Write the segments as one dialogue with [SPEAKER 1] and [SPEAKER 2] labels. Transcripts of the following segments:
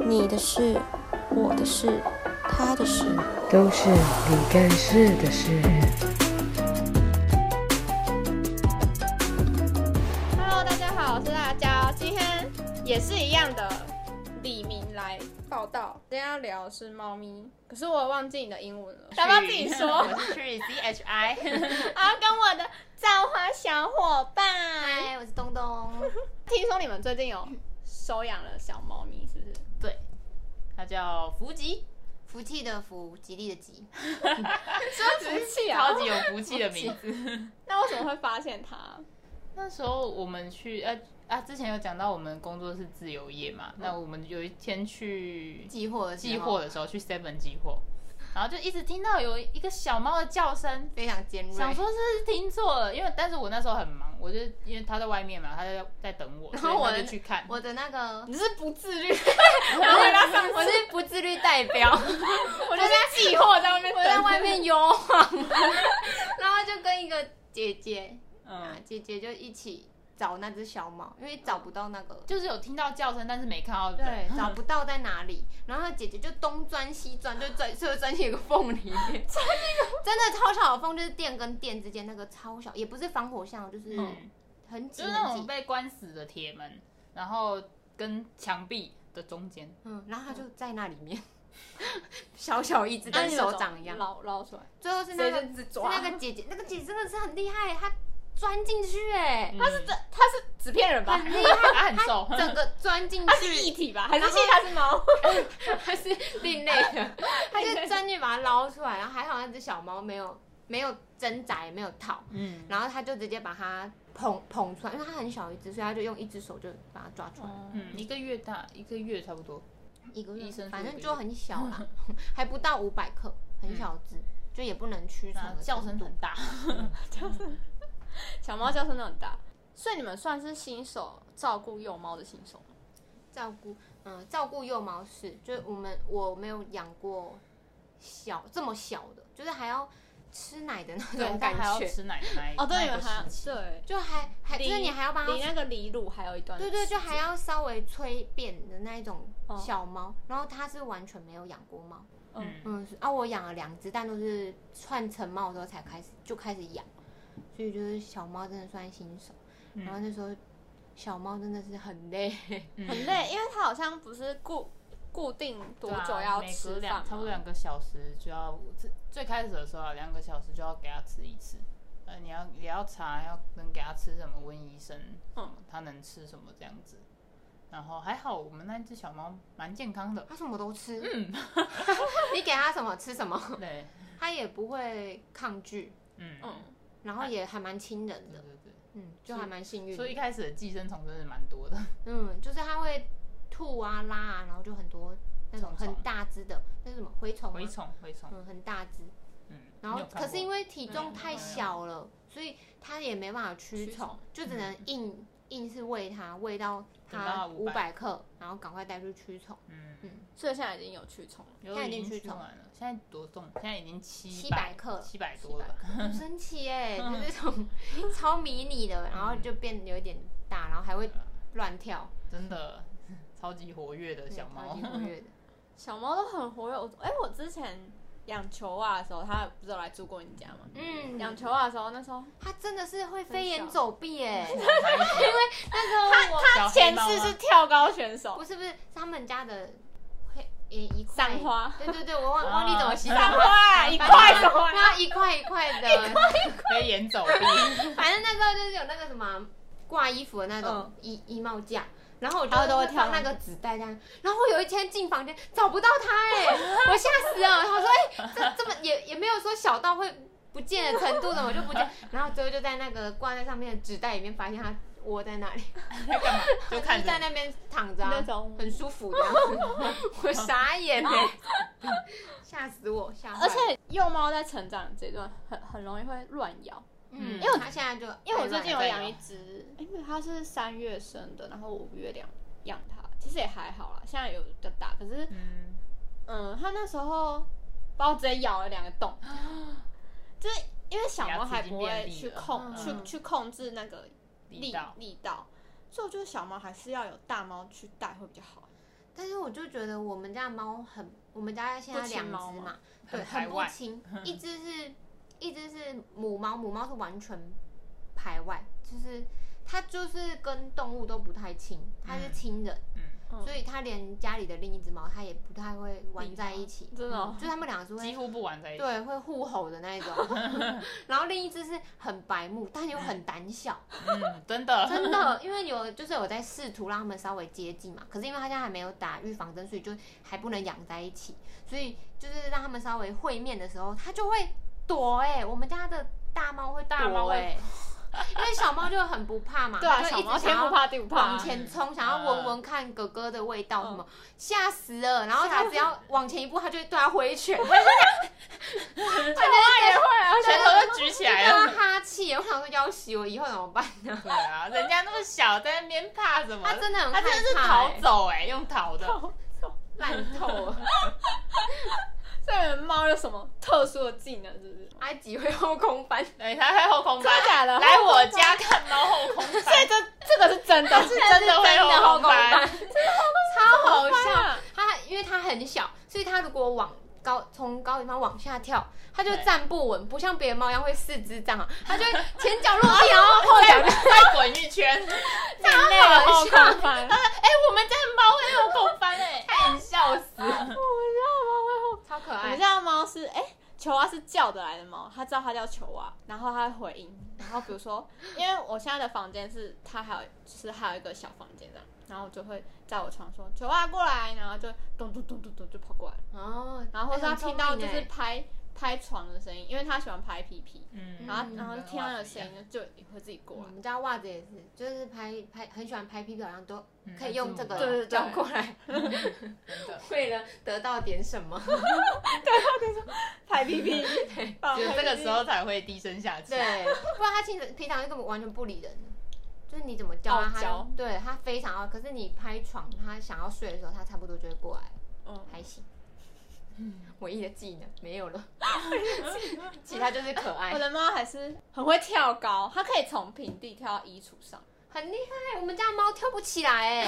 [SPEAKER 1] 你的事、我的事、他的事，
[SPEAKER 2] 都是你干事的事。
[SPEAKER 3] Hello，大家好，我是辣椒，今天也是一样的李明来报道。今天要聊的是猫咪，可是我忘记你的英文了，要不要自己说？
[SPEAKER 4] 我是 Tree Z H I，
[SPEAKER 3] 我要跟我的造花小伙伴。
[SPEAKER 4] 嗨，我是东东。
[SPEAKER 3] 听说你们最近有收养了小猫咪，是不是？
[SPEAKER 4] 对，他叫福吉，
[SPEAKER 5] 福气的福，吉利的吉，
[SPEAKER 3] 福气
[SPEAKER 4] 超级有福气的名字。
[SPEAKER 3] 那为什么会发现它？
[SPEAKER 4] 那时候我们去呃啊，之前有讲到我们工作是自由业嘛，那我们有一天去
[SPEAKER 5] 嗯寄货的时候
[SPEAKER 4] 寄货的时候去 Seven 寄货，然后就一直听到有一个小猫的叫声，
[SPEAKER 5] 非常尖锐。
[SPEAKER 4] 想说是听错了，因为但是我那时候很忙，我就因为他在外面嘛，他在在等我，然
[SPEAKER 5] 后我
[SPEAKER 4] 就去看，
[SPEAKER 5] 我的那个，
[SPEAKER 3] 你是不自 律，然后回到上
[SPEAKER 5] 我是不自律代表，
[SPEAKER 3] 我就在寄货在外面
[SPEAKER 5] 我
[SPEAKER 3] 等，
[SPEAKER 5] 在外面游晃，然后就跟一个姐姐啊
[SPEAKER 4] 嗯，，
[SPEAKER 5] 姐姐就一起找那只小猫，因为找不到那个，
[SPEAKER 4] 就是有听到叫声，但是没看到人
[SPEAKER 5] 对，找不到在哪里。然后姐姐就东钻西钻，就钻，最后钻进一个缝里面，钻真的超小的缝，就是电跟电之间那个超小，也不是防火巷，就是
[SPEAKER 4] 嗯。
[SPEAKER 5] 很挤
[SPEAKER 4] 就是那
[SPEAKER 5] 很挤
[SPEAKER 4] 种。被关死的铁门，然后跟墙壁的中间，
[SPEAKER 5] 嗯，然后他就在那里面， 小小一只，
[SPEAKER 3] 那
[SPEAKER 5] 跟
[SPEAKER 3] 你有
[SPEAKER 5] 手掌一样。
[SPEAKER 3] 捞捞出来，
[SPEAKER 5] 最后是那
[SPEAKER 3] 谁
[SPEAKER 5] 个
[SPEAKER 3] 就是只抓
[SPEAKER 5] 那个姐姐，那个姐姐真的是很厉害，她钻进去哎、
[SPEAKER 4] 它是
[SPEAKER 3] 它是纸片人吧
[SPEAKER 5] 很？厉害，
[SPEAKER 4] 它很瘦，
[SPEAKER 5] 整个钻进
[SPEAKER 3] 它是液
[SPEAKER 5] 去，
[SPEAKER 3] 体吧？啊还是其实它是猫？
[SPEAKER 5] 还是另类的，她就钻进去把它捞出来，然后还好那只小猫没有没有挣扎也没有逃，
[SPEAKER 4] 嗯，
[SPEAKER 5] 然后她就直接把它捧捧出来，因为它很小一只，所以她就用一只手就把它抓出来，
[SPEAKER 4] 嗯，一个月大，一个月差不多，
[SPEAKER 5] 一个
[SPEAKER 4] 医
[SPEAKER 5] 月
[SPEAKER 4] 生说
[SPEAKER 5] 反
[SPEAKER 4] 一
[SPEAKER 5] 正
[SPEAKER 4] 个
[SPEAKER 5] 就
[SPEAKER 4] 月
[SPEAKER 5] 很小啦，还不到五百克，很小只，就也不能驱虫
[SPEAKER 4] 然后
[SPEAKER 5] 的
[SPEAKER 4] 叫
[SPEAKER 5] 程
[SPEAKER 4] 声
[SPEAKER 5] 度
[SPEAKER 4] 很大，
[SPEAKER 3] 小猫叫声都很大，所以你们算是新手照顾幼猫的新手吗
[SPEAKER 5] 照顾，嗯、照顾幼猫是，就是我们我没有养过小这么小的，就是还要吃奶的那
[SPEAKER 4] 对，
[SPEAKER 5] 种
[SPEAKER 4] 它还要
[SPEAKER 5] 感觉，
[SPEAKER 4] 吃奶的那一
[SPEAKER 3] 哦，对，
[SPEAKER 4] 那
[SPEAKER 3] 你
[SPEAKER 4] 一
[SPEAKER 3] 们
[SPEAKER 4] 个
[SPEAKER 3] 还
[SPEAKER 4] 时期
[SPEAKER 3] 对，
[SPEAKER 5] 就还还就是你还要帮它
[SPEAKER 3] 离
[SPEAKER 5] 吃，
[SPEAKER 3] 那个离乳还有一段时
[SPEAKER 5] 对
[SPEAKER 3] 间，
[SPEAKER 5] 对，就还要稍微催便的那一种
[SPEAKER 3] 哦
[SPEAKER 5] 小猫，然后它是完全没有养过猫，
[SPEAKER 3] 嗯
[SPEAKER 4] 嗯，
[SPEAKER 5] 嗯，是啊，我养了两只，但都是换成猫之后才开始就开始养，所以就是小猫真的算新手，
[SPEAKER 4] 嗯
[SPEAKER 5] 然后那时候小猫真的是很累，
[SPEAKER 4] 嗯
[SPEAKER 3] 很，累，因为它好像不是固固定多
[SPEAKER 4] 对啊
[SPEAKER 3] 久要
[SPEAKER 4] 每隔
[SPEAKER 3] 吃
[SPEAKER 4] 两
[SPEAKER 3] 饭
[SPEAKER 4] 差不多
[SPEAKER 3] 嘛，
[SPEAKER 4] 两个小时就要，最最开始的时候啊，两个小时就要给它吃一次。呃，你要也要查，要能给它吃什么，问医生，
[SPEAKER 3] 嗯，
[SPEAKER 4] 它能吃什么这样子。然后还好，我们那只小猫蛮健康 的，
[SPEAKER 5] 它什么都吃，嗯， 你给它什么吃什么。
[SPEAKER 4] 对，
[SPEAKER 5] 他也不会抗拒，
[SPEAKER 4] 嗯
[SPEAKER 3] 嗯
[SPEAKER 5] 然后也还蛮亲人
[SPEAKER 4] 对
[SPEAKER 5] 的，
[SPEAKER 4] 对对，
[SPEAKER 5] 嗯，就还蛮幸运
[SPEAKER 4] 所以一
[SPEAKER 5] 的。
[SPEAKER 4] 开始的寄生虫真的蛮多的，
[SPEAKER 5] 嗯，就是他会吐啊、拉啊，然后就很多那种
[SPEAKER 4] 虫虫
[SPEAKER 5] 很大只的，那是什么蛔虫？
[SPEAKER 4] 蛔，虫蛔虫，
[SPEAKER 5] 嗯，很大只。
[SPEAKER 4] 嗯，
[SPEAKER 5] 然后可是因
[SPEAKER 4] 为
[SPEAKER 5] 为体重
[SPEAKER 4] 嗯没
[SPEAKER 5] 太
[SPEAKER 4] 有
[SPEAKER 5] 小了，所以他也没办法驱
[SPEAKER 3] 驱虫
[SPEAKER 5] 虫，就
[SPEAKER 4] 嗯
[SPEAKER 5] 只能硬硬是喂它，喂到
[SPEAKER 4] 等到它
[SPEAKER 5] 它五
[SPEAKER 4] 500
[SPEAKER 5] 百克，然后赶快带去驱虫。
[SPEAKER 4] 嗯，
[SPEAKER 3] 所以现在已经有驱虫了。
[SPEAKER 4] 有
[SPEAKER 5] 现在已
[SPEAKER 4] 已
[SPEAKER 5] 经
[SPEAKER 4] 经
[SPEAKER 5] 去
[SPEAKER 4] 去
[SPEAKER 5] 虫
[SPEAKER 4] 完了，现在多重？现在已经七
[SPEAKER 5] 700克了
[SPEAKER 4] 七百多了，
[SPEAKER 5] 很神奇耶、 就这种超迷你的，然后就变得有点大，然后还
[SPEAKER 4] 嗯
[SPEAKER 5] 会乱跳，
[SPEAKER 4] 真的超级活跃的小
[SPEAKER 5] 超
[SPEAKER 4] 猫
[SPEAKER 5] 级，活跃 的。
[SPEAKER 3] 小猫都很活跃，我哎，我之前养球袜的时候，它不是有来住过你家吗？
[SPEAKER 5] 嗯，
[SPEAKER 3] 养球袜的时候，那时候
[SPEAKER 5] 他真的是会飞檐走壁耶！
[SPEAKER 4] 那时候它
[SPEAKER 3] 前
[SPEAKER 5] 啊
[SPEAKER 3] 世 是跳高选手
[SPEAKER 5] 不，是不是，是他们家的会一一块
[SPEAKER 3] 三花
[SPEAKER 5] 对对对，我忘
[SPEAKER 4] 啊
[SPEAKER 5] 忘记怎么形 容
[SPEAKER 3] 三
[SPEAKER 5] 了。
[SPEAKER 3] 花一块什么
[SPEAKER 5] 然后一块一块的，
[SPEAKER 4] 飞檐走壁，
[SPEAKER 5] 反正那时候就是有那个什么挂衣服的那种衣衣帽架，然后我就
[SPEAKER 3] 然后都会跳
[SPEAKER 5] 放那个纸袋这样。然后我有一天进房间找不到他哎，我吓死了。他说哎，这这么也也没有说小到会不见的程度的，我就不见。然后最后就在那个挂在上面的纸袋里面发现他窝在那里。
[SPEAKER 4] 在干嘛？就看
[SPEAKER 5] 就
[SPEAKER 4] 着
[SPEAKER 5] 在那边躺着、啊，
[SPEAKER 3] 那种
[SPEAKER 5] 很舒服的，我傻眼哎、吓死我，吓坏了！
[SPEAKER 3] 而且幼猫在成长这段很很容易会乱咬，
[SPEAKER 5] 嗯，
[SPEAKER 4] 因
[SPEAKER 5] 因
[SPEAKER 4] 为
[SPEAKER 5] 为
[SPEAKER 4] 我
[SPEAKER 5] 他现在就，
[SPEAKER 3] 因为我最近有
[SPEAKER 4] 在
[SPEAKER 3] 养
[SPEAKER 4] 咬
[SPEAKER 3] 一只，因为它是三月生的，然后我五月两养它，其实也还好啦，现在有比较大，可是
[SPEAKER 4] 嗯，
[SPEAKER 3] 嗯，它那时候把我直接咬了两个 洞，就是因为小猫还不
[SPEAKER 4] 牙齿
[SPEAKER 3] 会
[SPEAKER 4] 已经
[SPEAKER 3] 去
[SPEAKER 4] 变利了
[SPEAKER 3] 控、
[SPEAKER 5] 嗯
[SPEAKER 3] 去去控制那个
[SPEAKER 4] 力道
[SPEAKER 3] 力道，所以我觉得小猫还是要有大猫去带会比较好。
[SPEAKER 5] 但是我就觉得我们家的猫很，我们家现在两
[SPEAKER 4] 不亲
[SPEAKER 5] 只
[SPEAKER 4] 猫
[SPEAKER 5] 嘛
[SPEAKER 4] 吗，
[SPEAKER 5] 对，
[SPEAKER 4] 排
[SPEAKER 5] 很不
[SPEAKER 4] 外，
[SPEAKER 5] 亲，一只是一只是母猫，母猫是完全排外，就是它就是跟动物都不太亲，它是
[SPEAKER 4] 嗯
[SPEAKER 5] 亲人，
[SPEAKER 4] 嗯，
[SPEAKER 5] 所以它连家里的另一只猫它也不太会玩在一起，
[SPEAKER 3] 真的哦
[SPEAKER 5] 嗯就它们两个是会
[SPEAKER 4] 几乎不玩在一起。
[SPEAKER 5] 对，会互吼的那 一种。 然后另一只是很白目，但又很胆小，
[SPEAKER 4] 嗯，真的，
[SPEAKER 5] 真的，因为有就是有在试图让他们稍微接近嘛。可是因为他现在还没有打预防针，所以就还不能养在一起，所以就是让他们稍微会面的时候，它就会躲、欸。哎，我们家的大猫会躲、欸，
[SPEAKER 4] 大猫会
[SPEAKER 5] 因为小猫就很不怕嘛，
[SPEAKER 3] 对啊，
[SPEAKER 5] 它就
[SPEAKER 3] 小
[SPEAKER 5] 一直
[SPEAKER 3] 猫天
[SPEAKER 5] 想
[SPEAKER 3] 不
[SPEAKER 5] 要
[SPEAKER 3] 怕地不怕
[SPEAKER 5] 往，前冲，想要闻闻看哥哥的味道什么，吓、死了。然后他只要往前一步，他就会对他挥拳，他就也会啊，
[SPEAKER 4] 拳头都举起来
[SPEAKER 5] 他
[SPEAKER 4] 了。
[SPEAKER 5] 哈气，我想说要死我以后怎么办呢？
[SPEAKER 4] 对啊，人家那么小，在那边怕什么？
[SPEAKER 5] 他真的很
[SPEAKER 4] 他
[SPEAKER 5] 害怕、欸
[SPEAKER 4] 真的是逃，走哎、用逃的，
[SPEAKER 5] 烂透了。
[SPEAKER 3] 所以你们猫有什么特殊的技能？是不是？
[SPEAKER 5] 埃及会后空翻，
[SPEAKER 4] 对，他会后空翻，
[SPEAKER 3] 真的假的
[SPEAKER 4] 来我家看猫后空翻，
[SPEAKER 3] 所以 这这个是真的，是
[SPEAKER 4] 真的会
[SPEAKER 5] 真的
[SPEAKER 4] 后
[SPEAKER 5] 后
[SPEAKER 4] 空
[SPEAKER 5] 空翻，
[SPEAKER 4] 翻，
[SPEAKER 5] 超好笑。
[SPEAKER 3] 啊
[SPEAKER 5] 他因为他很小，所以他如果往高从高地方往下跳，他就
[SPEAKER 4] 对
[SPEAKER 5] 站不稳，不像别的猫一样会四肢站好，他就会前脚落地，然后后脚
[SPEAKER 4] 再再滚一圈，
[SPEAKER 5] 超
[SPEAKER 3] 那个
[SPEAKER 5] 好
[SPEAKER 3] 后
[SPEAKER 5] 笑。
[SPEAKER 3] 空翻，
[SPEAKER 4] 哎、我们家的猫会后空翻哎、
[SPEAKER 5] 看笑死！我家猫会后，超可
[SPEAKER 3] 我们
[SPEAKER 5] 爱。
[SPEAKER 3] 家的猫是哎、球蛙是叫得来的猫，它知道它叫球蛙，然后它会回应。然后比如说，因为我现在的房间是它还有就是还有一个小房间这样，然后我就会在我床说球蛙过来，然后就咚咚咚咚咚就跑过来，
[SPEAKER 5] 哦，
[SPEAKER 3] 然后或是它
[SPEAKER 5] 哎很聪
[SPEAKER 3] 听到就
[SPEAKER 5] 明
[SPEAKER 3] 是
[SPEAKER 5] 哎
[SPEAKER 3] 拍拍床的声音，因为它喜欢拍屁屁，
[SPEAKER 4] 嗯
[SPEAKER 3] 然后
[SPEAKER 5] 嗯
[SPEAKER 3] 啊然后
[SPEAKER 4] 跟
[SPEAKER 3] 听到
[SPEAKER 4] 袜
[SPEAKER 3] 有
[SPEAKER 4] 子一
[SPEAKER 3] 声
[SPEAKER 4] 样
[SPEAKER 3] 音就就会自己过
[SPEAKER 5] 我
[SPEAKER 3] 来。
[SPEAKER 5] 们家袜子也是，就是拍拍很喜欢拍屁股，好像都
[SPEAKER 4] 嗯
[SPEAKER 5] 可以用这
[SPEAKER 4] 还是
[SPEAKER 5] 个
[SPEAKER 4] 母
[SPEAKER 3] 对
[SPEAKER 5] 转过来，
[SPEAKER 4] 真的
[SPEAKER 5] 为了得到点什么。
[SPEAKER 3] 拍屁 屁，
[SPEAKER 4] 只有这个时候才会低声下气。
[SPEAKER 5] 对，不然它其实平常根本完全不理人，就是你怎么教它，
[SPEAKER 3] 傲娇
[SPEAKER 5] 它对它非常傲。可是你拍床，它想要睡的时候，它差不多就会过来，
[SPEAKER 3] 嗯，
[SPEAKER 5] 还行。 唯一的技能没有了， 其他就是可 爱
[SPEAKER 3] 我。的猫还是很会跳高，它可以从平地跳到衣橱上。
[SPEAKER 5] 很厉害，我们家的猫跳不起 来哎、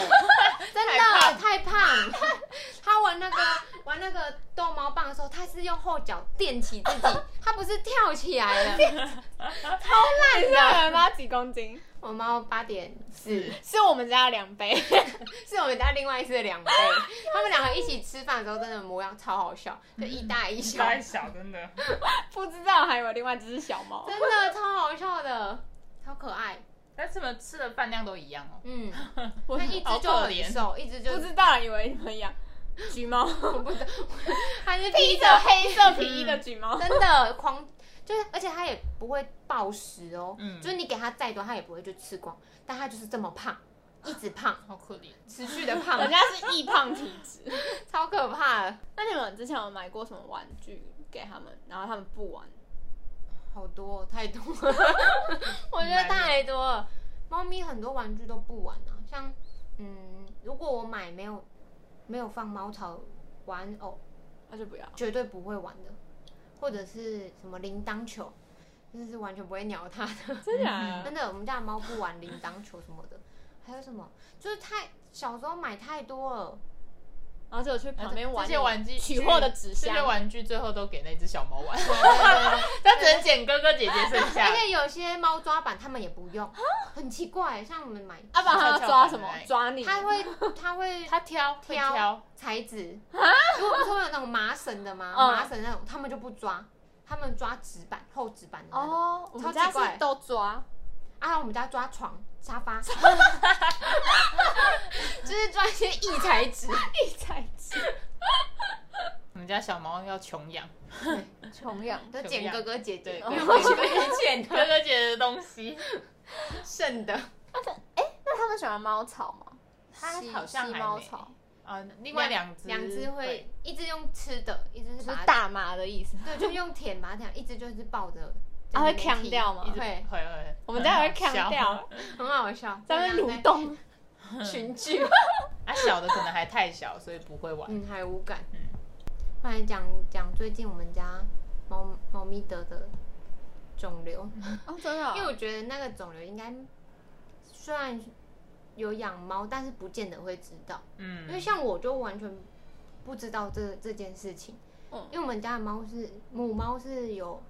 [SPEAKER 5] 真
[SPEAKER 4] 太
[SPEAKER 5] 的太胖。 它玩那个玩那个逗猫棒的时候，它是用后脚垫起自 己，它不是跳起来的。
[SPEAKER 3] 你知道我们 猫几公斤？
[SPEAKER 5] 我猫八点四，
[SPEAKER 3] 是我们家的两倍。
[SPEAKER 5] 是我们家另外一只的两倍。他们两个一起吃饭的时候，真的模样超好笑，就一大嗯一小，
[SPEAKER 4] 太小，真的。
[SPEAKER 3] 不知道还有另外一只小猫。
[SPEAKER 5] 真的超好笑的，超可爱。
[SPEAKER 4] 但是我们吃的饭量都一样哦。
[SPEAKER 5] 嗯，
[SPEAKER 3] 我哦
[SPEAKER 5] 它一只就
[SPEAKER 4] 好可
[SPEAKER 5] 很
[SPEAKER 4] 怜
[SPEAKER 5] 瘦，一只就
[SPEAKER 3] 不知道，以为你们养 橘猫，
[SPEAKER 5] 我 不知道，它是
[SPEAKER 3] 披
[SPEAKER 5] 披
[SPEAKER 3] 着
[SPEAKER 5] 着
[SPEAKER 3] 黑色皮衣的橘猫。
[SPEAKER 5] 真的狂，就是而且它也不会暴食哦，
[SPEAKER 4] 嗯
[SPEAKER 5] 就是你给它再多，它也不会就吃光，但它就是这么 胖，一直胖，
[SPEAKER 4] 好可怜，
[SPEAKER 5] 持续的 胖
[SPEAKER 3] 人，家是易胖体质。
[SPEAKER 5] 超可怕的，
[SPEAKER 3] 那你们之前有买过什么玩具给他们，然后他们不玩？
[SPEAKER 5] 好多太多 了，我觉得太多了。猫咪很多玩具都不玩啊，像嗯，如果我买没有没有放猫草玩偶，
[SPEAKER 3] 那就不要。
[SPEAKER 5] 绝对不会玩的，或者是什么铃铛球，真的是完全不会鸟它的。
[SPEAKER 3] 真假的？
[SPEAKER 5] 真的，我们家的猫不玩铃铛球什么的，还有什么就是太小时候买太多了，
[SPEAKER 3] 然后就有去旁边玩
[SPEAKER 4] 这些玩具
[SPEAKER 3] 取货的纸
[SPEAKER 4] 这些
[SPEAKER 3] 箱。
[SPEAKER 4] 玩具最后都给那只小猫 玩，
[SPEAKER 5] 对对对
[SPEAKER 4] 它只能捡哥哥姐姐剩下
[SPEAKER 5] 而。且有些猫抓板它们也不用，很奇怪。欸像我们买，
[SPEAKER 3] 阿爸他要抓什么
[SPEAKER 4] 对？
[SPEAKER 3] 抓你？
[SPEAKER 5] 它会它会
[SPEAKER 4] 它挑，会挑
[SPEAKER 5] 挑，材质，如果不是会有那种麻绳的吗？
[SPEAKER 3] 嗯
[SPEAKER 5] 麻绳那种它们就不抓，它们抓纸板厚纸板的那种。
[SPEAKER 3] 哦，我们
[SPEAKER 5] 超
[SPEAKER 3] 家
[SPEAKER 5] 奇怪
[SPEAKER 3] 是都 抓，
[SPEAKER 5] 啊，我们家抓床沙发，就是抓一些异材质。
[SPEAKER 3] 一才吃，
[SPEAKER 4] 我们家小猫要穷养，
[SPEAKER 3] 穷养。
[SPEAKER 5] 都捡哥哥姐姐，
[SPEAKER 4] 对对
[SPEAKER 5] 然后去被捡
[SPEAKER 4] 哥
[SPEAKER 5] 的
[SPEAKER 4] 哥姐姐的东西，
[SPEAKER 5] 剩的。
[SPEAKER 3] 那他们喜欢猫草吗？
[SPEAKER 4] 它
[SPEAKER 5] 吸
[SPEAKER 4] 好像
[SPEAKER 5] 吸
[SPEAKER 4] 还
[SPEAKER 5] 猫
[SPEAKER 4] 没
[SPEAKER 5] 草。
[SPEAKER 4] 啊，另外两只，
[SPEAKER 5] 两只会
[SPEAKER 4] 对，
[SPEAKER 5] 一只用吃的，一只是
[SPEAKER 3] 就
[SPEAKER 5] 把
[SPEAKER 3] 是
[SPEAKER 5] 它
[SPEAKER 3] 大麻的意思。
[SPEAKER 5] 对，就用舔把它舔，一只就是抱着。
[SPEAKER 3] 啊会
[SPEAKER 5] 强
[SPEAKER 3] 呛掉吗
[SPEAKER 4] 一直
[SPEAKER 5] 会，
[SPEAKER 4] 会会，
[SPEAKER 3] 我们家也会砍掉，
[SPEAKER 5] 很好笑。
[SPEAKER 3] 咱们蠕动。
[SPEAKER 5] 群 聚，
[SPEAKER 4] 啊，小的可能还太小，所以不会玩。
[SPEAKER 5] 嗯，还无感。
[SPEAKER 4] 嗯
[SPEAKER 5] 不然讲讲最近我们家猫猫咪得的肿瘤，嗯
[SPEAKER 3] 哦，真的
[SPEAKER 5] 因为
[SPEAKER 3] 哦
[SPEAKER 5] 我觉得那个肿瘤应该虽然有养猫，但是不见得会知道，因为
[SPEAKER 4] 嗯，
[SPEAKER 5] 像我就完全不知道这这件事情。
[SPEAKER 3] 嗯
[SPEAKER 5] 因为我们家的猫是母猫是有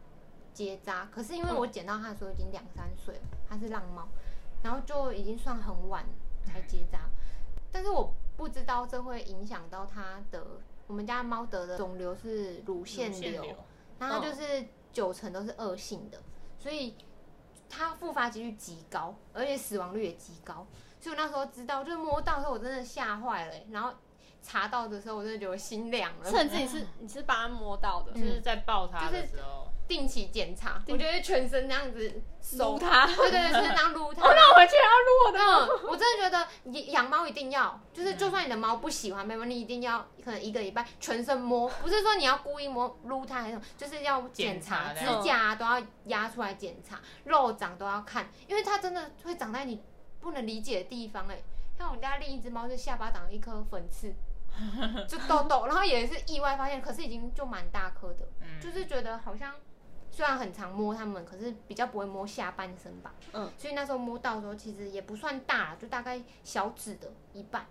[SPEAKER 5] 结扎，可是因为我捡到它的时候已经两三岁了，它是浪猫，然后就已经算很晚才结扎，但是我不知道这会影响到它的。我们家的猫得的肿瘤是乳腺瘤，然后它就是九成都是恶性的，所以它复发几率极高，而且死亡率也极高。所以我那时候知道，就是摸到的时候我真的吓坏了欸、然后查到的时候我真的觉得我心凉了。
[SPEAKER 3] 甚至你是你是把它摸到的，
[SPEAKER 5] 嗯
[SPEAKER 4] 就是在抱它的时候，
[SPEAKER 5] 定期检查，我觉得全身这样子
[SPEAKER 3] 撸
[SPEAKER 5] 搜，
[SPEAKER 3] 它。
[SPEAKER 5] 对对对，全身这样撸 它。
[SPEAKER 3] 哦那我回去也要撸我的。
[SPEAKER 5] 嗯，我真的觉得养猫一定要，就是就算你的猫不喜欢被摸，你一定要可能一个礼拜全身摸，不是说你要故意摸撸它还是什么，就是要检查
[SPEAKER 4] 检
[SPEAKER 5] 指
[SPEAKER 4] 查
[SPEAKER 5] 甲啊都要压出来检查，肉长都要看，因为它真的会长在你不能理解的地方哎、像我们家另一只猫，就下巴长了一颗粉刺，就痘痘，然后也是意外发现，可是已经就蛮大颗的，
[SPEAKER 4] 嗯，
[SPEAKER 5] 就是觉得好像虽然很常摸它们，可是比较不会摸下半身吧。
[SPEAKER 3] 嗯，
[SPEAKER 5] 所以那时候摸到的时候，其实也不算大啦，就大概小指的一半。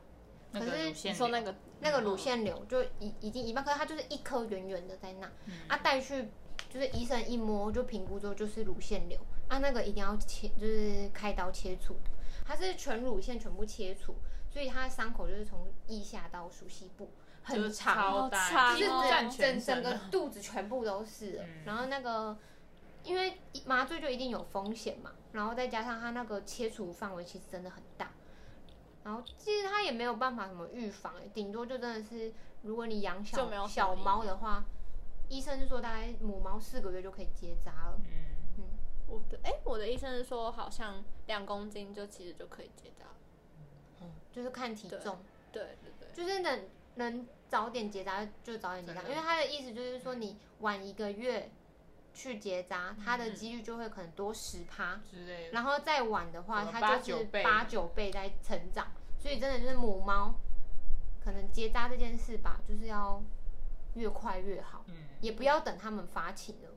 [SPEAKER 4] 那个乳腺
[SPEAKER 3] 你
[SPEAKER 4] 瘤
[SPEAKER 3] 说那个
[SPEAKER 5] 那个乳腺瘤就已已经一半，可是它就是一颗圆圆的在那，啊带去就是医生一摸就评估之后就是乳腺瘤，啊那个一定要切，就是开刀切除的，它是全乳腺全部切除，所以它的伤口就是从腋下到熟悉部，
[SPEAKER 4] 就是
[SPEAKER 5] 很长，
[SPEAKER 4] 超
[SPEAKER 3] 好
[SPEAKER 4] 大，
[SPEAKER 3] 长
[SPEAKER 5] 就是
[SPEAKER 4] 几乎
[SPEAKER 3] 哦
[SPEAKER 4] 占
[SPEAKER 5] 整
[SPEAKER 4] 全
[SPEAKER 5] 整整
[SPEAKER 4] 身
[SPEAKER 5] 个
[SPEAKER 4] 了，
[SPEAKER 5] 肚子全部都是了
[SPEAKER 4] 嗯
[SPEAKER 5] 然后那个因为麻醉就一定有风险嘛，然后再加上它那个切除范围其实真的很大，然后其实它也没有办法什么预防、欸顶多就真的是如果你养
[SPEAKER 3] 就没有
[SPEAKER 5] 小
[SPEAKER 3] 什么
[SPEAKER 5] 小猫的话，医生是说大概母猫四个月就可以结扎了。
[SPEAKER 4] 嗯，
[SPEAKER 3] 我的哎、我的医生是说好像两公斤就其实就可以结扎。
[SPEAKER 5] 就是看体重，
[SPEAKER 3] 对对对，
[SPEAKER 5] 就是能能早点结扎就早点结扎，
[SPEAKER 4] 真
[SPEAKER 5] 因
[SPEAKER 4] 的
[SPEAKER 5] 为他的意思就是说你晚一个月去结扎，它的几率就会可能多十趴，
[SPEAKER 4] 之类的，
[SPEAKER 5] 然后再晚的话，
[SPEAKER 4] 什么
[SPEAKER 5] 它
[SPEAKER 4] 八
[SPEAKER 5] 就
[SPEAKER 4] 九
[SPEAKER 5] 是
[SPEAKER 4] 倍
[SPEAKER 5] 八九倍在成长，所以真的就是母猫，可能结扎这件事吧，就是要越快越好，
[SPEAKER 4] 嗯，
[SPEAKER 5] 也不要等他们发情了。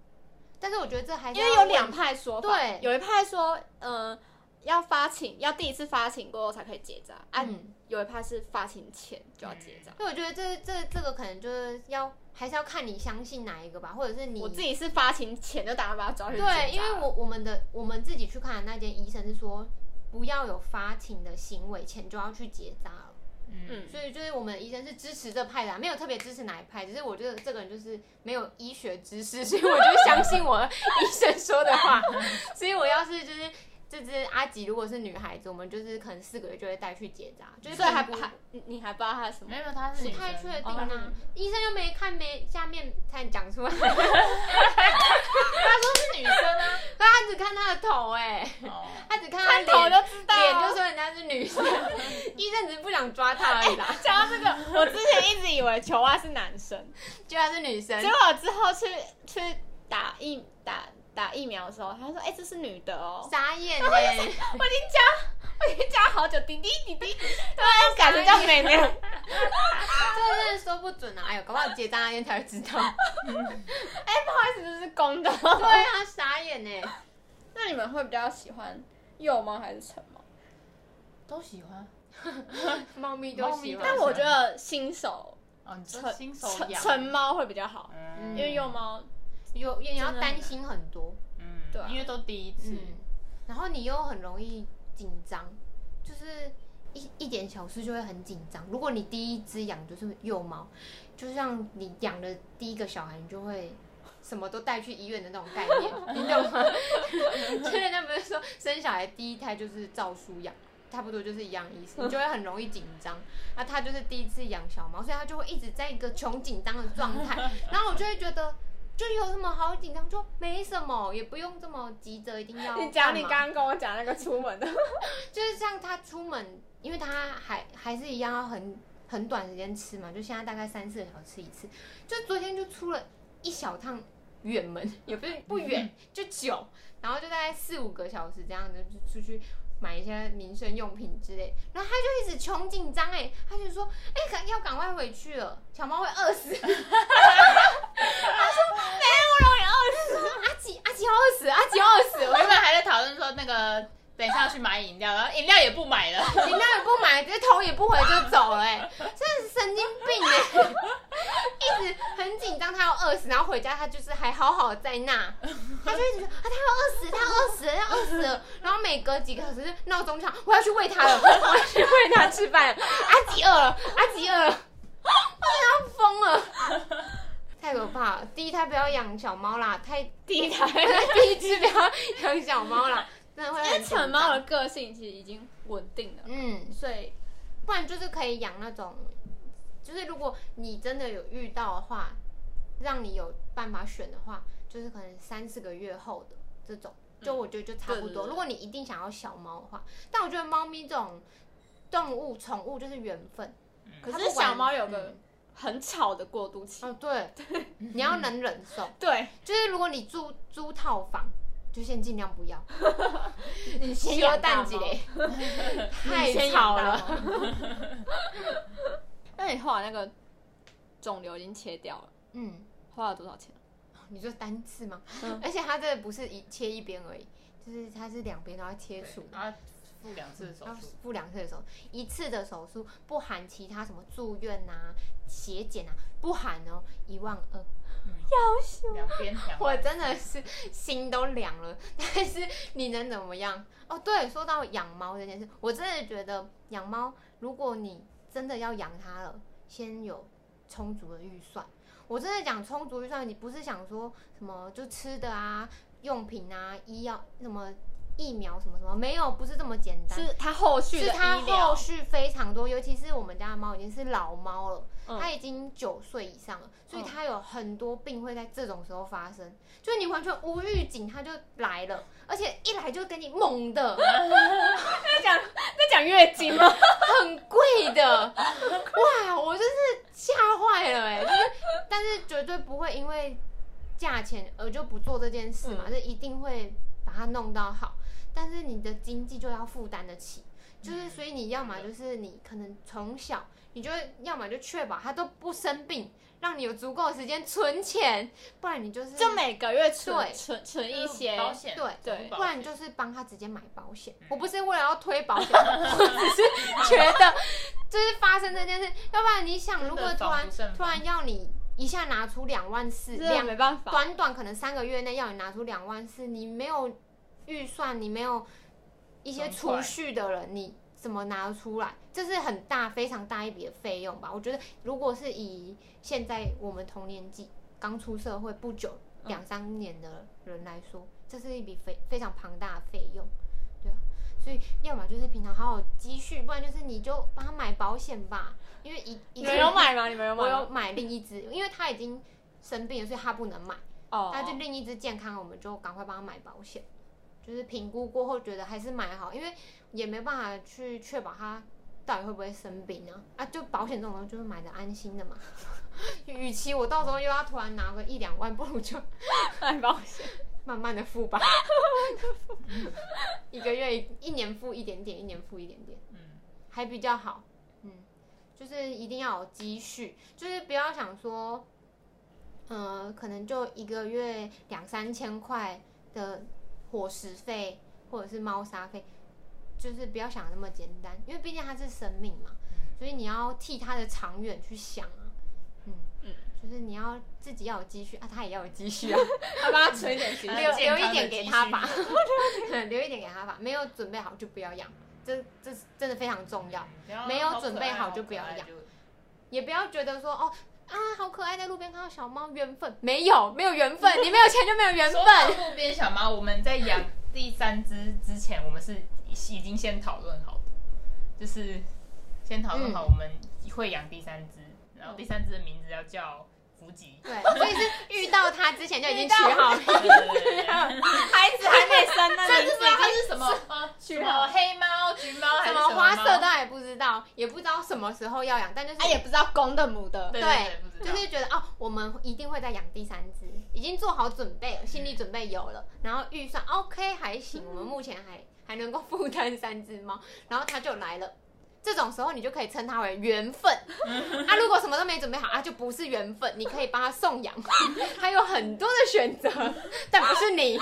[SPEAKER 5] 但是我觉得这还是
[SPEAKER 3] 因为
[SPEAKER 5] 要
[SPEAKER 3] 有两
[SPEAKER 5] 问
[SPEAKER 3] 派说法，
[SPEAKER 5] 对
[SPEAKER 3] 有一派说，嗯、要发情，要第一次发情过后才可以结扎，啊，
[SPEAKER 5] 嗯
[SPEAKER 3] 有一派是发情前就要结扎。
[SPEAKER 5] 因为我觉得这这这个可能就是要还是要看你相信哪一个吧，或者是你
[SPEAKER 3] 我自己是发情前就打算把它抓去结扎
[SPEAKER 5] 嗯对，因为我我们的我们自己去看的那间医生是说，不要有发情的行为前就要去结扎了。
[SPEAKER 4] 嗯
[SPEAKER 3] 嗯
[SPEAKER 5] 所以就是我们的医生是支持这派的啊、没有特别支持哪一派，只是我觉得这个人就是没有医学知识，所以我就相信 我医生说的话。所以我要是就是这只阿吉如果是女孩子，我们就是可能四个月就会带去结扎，就是
[SPEAKER 3] 所以还
[SPEAKER 5] 评估
[SPEAKER 3] 还你你还不知道它是什么
[SPEAKER 4] 没，有，它是
[SPEAKER 5] 不
[SPEAKER 4] 女
[SPEAKER 5] 太
[SPEAKER 4] 生
[SPEAKER 5] 确定
[SPEAKER 3] 哦
[SPEAKER 5] 啊
[SPEAKER 3] 那是。
[SPEAKER 5] 医生又没看没下面才 讲出来，
[SPEAKER 4] 是女生 啊，
[SPEAKER 5] 他只看他的头哎、
[SPEAKER 4] 哦，
[SPEAKER 5] 他只看
[SPEAKER 3] 看
[SPEAKER 5] 他
[SPEAKER 3] 头
[SPEAKER 5] 脸
[SPEAKER 3] 就知道。
[SPEAKER 5] 脸就说人家是女生，医生只是不想抓他而已啦，
[SPEAKER 3] 讲到这个，我之前一直以为球蛙是男生，
[SPEAKER 5] 就他是女生
[SPEAKER 3] 结。果之后去去打疫打打疫苗的时候，他说：“哎、这是女的哦。”
[SPEAKER 5] 傻眼嘞、
[SPEAKER 3] 我已经叫，我已经叫好久，弟弟弟 弟，对，啊要改成叫妹妹。哎、
[SPEAKER 5] 这真的说不准啊！哎呦，搞不好结扎那天才会知道。
[SPEAKER 3] 不好意思，这是公的。
[SPEAKER 5] 对 啊，傻眼呢。
[SPEAKER 3] 那你们会比较喜欢幼猫还是成猫？
[SPEAKER 4] 都喜欢。
[SPEAKER 5] 猫咪都喜
[SPEAKER 4] 猫咪
[SPEAKER 5] 欢
[SPEAKER 3] 但。我觉得新手
[SPEAKER 4] 哦，你说
[SPEAKER 3] 成
[SPEAKER 4] 新手
[SPEAKER 3] 成
[SPEAKER 4] 养，
[SPEAKER 3] 成猫会比较好，
[SPEAKER 4] 嗯
[SPEAKER 3] 因为幼猫
[SPEAKER 5] 有也要担心很多，
[SPEAKER 4] 嗯，
[SPEAKER 3] 对啊
[SPEAKER 4] 因为都第一次，
[SPEAKER 5] 嗯，然后你又很容易紧张，就是一一点小事就会很紧张。如果你第一只养就是幼猫，就像你养的第一个小孩，你就会。什么都带去医院的那种概念，你懂 吗？就是人家不是说生小孩第一胎就是照书养，差不多就是一样意思，你就会很容易紧张。那他就是第一次养小猫，所以他就会一直在一个穷紧张的状态。然后我就会觉得，就有什么好紧张，就没什么，也不用这么急着一定要干嘛。
[SPEAKER 3] 你讲你刚刚跟我讲那个出门的，
[SPEAKER 5] 就是像他出门，因为他还还是一样要很很短时间吃嘛，就现在大概三四个小时吃一次。就昨天就出了一小趟远门， 也不是不远，就久，然后就大概四五个小时这样子就出去。买一些民生用品之类，然后他就一直穷紧张哎，他就说哎、赶要赶快回去了，小猫会饿死。 他说没有，我容易饿死。阿吉阿吉要饿死，阿吉要饿死，
[SPEAKER 4] 我原本还在讨论说那个。等一下要去买饮料，然后饮料也不买了，
[SPEAKER 5] 饮料也不买，直接头也不回就走了、哎，真的是神经病哎、一直很紧张，他要饿死，然后回家他就是还好好在那，他就一直说啊，他要饿死，他要饿死了，要饿死了，然后每隔几个小时就闹钟响，我要去喂他了，我要去喂他吃饭了，阿吉饿了，阿吉饿了，我真的要疯了。太可怕了！第一胎不要养小猫啦，太
[SPEAKER 3] 第一 台，
[SPEAKER 5] 第一只不要养小猫啦，真的会
[SPEAKER 3] 因
[SPEAKER 5] 很
[SPEAKER 3] 为
[SPEAKER 5] 紧张
[SPEAKER 3] 犬猫的个性其实已经稳定了，
[SPEAKER 5] 嗯，
[SPEAKER 3] 所以
[SPEAKER 5] 不然就是可以养那种，就是如果你真的有遇到的话，让你有办法选的话，就是可能三四个月后的这种，就我觉得就
[SPEAKER 3] 嗯
[SPEAKER 5] 差不
[SPEAKER 3] 对对
[SPEAKER 5] 多。
[SPEAKER 3] 对
[SPEAKER 5] 如果你一定想要小猫的话，但我觉得猫咪这种动物宠物就是缘分。
[SPEAKER 3] 嗯可
[SPEAKER 5] 它
[SPEAKER 3] 是
[SPEAKER 5] 不管
[SPEAKER 3] 小猫有个
[SPEAKER 5] 嗯
[SPEAKER 3] 很吵的过渡期，
[SPEAKER 5] 哦，对， 你要能忍受。
[SPEAKER 3] 对，
[SPEAKER 5] 就是如果你租租套房，就先尽量不 要，你先
[SPEAKER 3] 养大
[SPEAKER 5] 蛋
[SPEAKER 3] 猫
[SPEAKER 5] 几嘞， 太
[SPEAKER 3] 先
[SPEAKER 5] 吵
[SPEAKER 3] 养大
[SPEAKER 5] 了。
[SPEAKER 3] 那你后来那个肿瘤已经切掉了，
[SPEAKER 5] 嗯。
[SPEAKER 3] 花了多少钱？
[SPEAKER 5] 你说单次吗？
[SPEAKER 4] 嗯
[SPEAKER 5] 而且它这个不是一切一边而已，就是它是两边都要切除，
[SPEAKER 4] 然后付两次啊手
[SPEAKER 5] 要
[SPEAKER 4] 术，
[SPEAKER 5] 付两次的手术，一次的手术不含其他什么住院啊、血检啊，不含哦，一万二。
[SPEAKER 4] 两边两
[SPEAKER 5] 我真的是心都凉了，但是你能怎么样？哦，对，说到养猫这件事，我真的觉得养猫，如果你真的要养它了，先有充足的预算。我真的讲充足预算，你不是想说什么就吃的啊、用品啊、医药什么疫苗什么什么，没有，不是这么简单。
[SPEAKER 3] 是它后续的
[SPEAKER 5] 是它
[SPEAKER 3] 医疗
[SPEAKER 5] 后 续非常多，尤其是我们家的猫已经是老猫了，
[SPEAKER 3] 嗯
[SPEAKER 5] 它已经九岁以上了，所以
[SPEAKER 3] 嗯
[SPEAKER 5] 它有很多病会在这种时候发生，就是你完全无预警它就来了，而且一来就给你 猛的，
[SPEAKER 3] 在讲月经吗？
[SPEAKER 5] 很贵的，哇，我真是吓坏了哎、就是但是绝对不会因为价钱而就不做这件事嘛，
[SPEAKER 3] 嗯
[SPEAKER 5] 就一定会把它弄到好，但是你的经济就要负担得起，就是所以你要么就是你可能从小你就会要么就确保它都不生病，让你有足够的时间存钱，不然你就是
[SPEAKER 3] 就每个月存
[SPEAKER 5] 对
[SPEAKER 3] 存存一些，
[SPEAKER 4] 保险，嗯
[SPEAKER 5] 对
[SPEAKER 3] 对
[SPEAKER 5] 不然你就是帮他直接买保险。我不是为了要 推保险，我只是觉得就是发生这件事，要不然你想，如果突
[SPEAKER 4] 防
[SPEAKER 5] 然
[SPEAKER 4] 不胜防
[SPEAKER 5] 突然要你一下拿出两万四，
[SPEAKER 3] 这
[SPEAKER 5] 两
[SPEAKER 3] 没办法，
[SPEAKER 5] 短短可能三个月内要你拿出两万四，你没有预算，你没有一些储蓄的人，你怎么拿得出来？这是很大、非常大一笔的费用吧？我觉得，如果是以现在我们同年纪刚出社会不久、两三年的人来说，这是一笔非非常庞大的费用，对啊。所以，要么就是平常好好积蓄，不然就是你就帮他买保险吧，因为一一
[SPEAKER 3] 你们有买吗？你们有买
[SPEAKER 5] 我
[SPEAKER 3] 吗？
[SPEAKER 5] 有买另一只，因为他已经生病了，所以他不能买。
[SPEAKER 3] 哦，
[SPEAKER 5] 他 就另一只健康，我们就赶快帮他买保险。就是评估过后觉得还是买好，因为也没办法去确保他到底会不会生病啊啊！就保险这种东西就是买的安心的嘛。 与其我到时候又要突然拿个一两万，不如就
[SPEAKER 3] 买保险，
[SPEAKER 5] 慢慢的付吧， 一个月一一年付一点点，一年付一点点。
[SPEAKER 4] 嗯，
[SPEAKER 5] 还比较好。嗯，就是一定要有积蓄，就是不要想说，呃，可能就一个月两三千块的伙食费或者是猫砂费，就是不要想那么简单，因为毕竟它是生命嘛，所以你要替它的长远去想啊。嗯
[SPEAKER 3] 嗯
[SPEAKER 5] 就是你要自己要有积蓄啊，它也要有积蓄啊，
[SPEAKER 3] 他帮他存一点钱
[SPEAKER 4] 嗯。
[SPEAKER 5] 留
[SPEAKER 4] 健
[SPEAKER 5] 留
[SPEAKER 4] 康的
[SPEAKER 5] 一点给他吧
[SPEAKER 4] 积，
[SPEAKER 5] 留一点给他吧，没有准备好就不要养，这这是真的非常重要。
[SPEAKER 4] 不 要
[SPEAKER 5] 没有
[SPEAKER 4] 好可
[SPEAKER 5] 准备
[SPEAKER 4] 爱
[SPEAKER 5] 好
[SPEAKER 4] 好
[SPEAKER 5] 就
[SPEAKER 4] 可
[SPEAKER 5] 不要
[SPEAKER 4] 爱
[SPEAKER 5] 养
[SPEAKER 4] 就
[SPEAKER 5] 也不要觉得说哦啊好可爱，在路边看到小猫缘分，没有没有缘分，你没有钱就没有缘
[SPEAKER 4] 说到
[SPEAKER 5] 分。。
[SPEAKER 4] 路边小猫，我们在养第三只之前，我们是已经先讨论好的，就是先讨论好我们会养第三只，然后第三只的名字要叫福吉
[SPEAKER 5] 对，所以是遇到它之前就已经取
[SPEAKER 3] 遇
[SPEAKER 5] 好了，
[SPEAKER 4] 对对对对 对
[SPEAKER 3] 孩子还没生呢，
[SPEAKER 4] 甚至不知道它
[SPEAKER 3] 你
[SPEAKER 4] 是什么呃
[SPEAKER 3] 取
[SPEAKER 4] 什么
[SPEAKER 3] 好
[SPEAKER 4] 黑猫、橘猫还 是
[SPEAKER 5] 什么花色
[SPEAKER 4] 的，
[SPEAKER 5] 都也不知道，也不知道什么时候要养，但就是
[SPEAKER 3] 他啊也不知道公的母的，
[SPEAKER 4] 对
[SPEAKER 5] 对
[SPEAKER 4] 对，不知道
[SPEAKER 5] 就是觉得哦，我们一定会再养第三只，已经做好准备了，心理准备有了，然后预算 OK 还行，我们目前还还能够负担三只猫，然后它就来了。这种时候你就可以称它为 缘分，啊，如果什么都没准备好啊，就不是缘分，你可以帮它送养， 它有很多的选择，但不是你，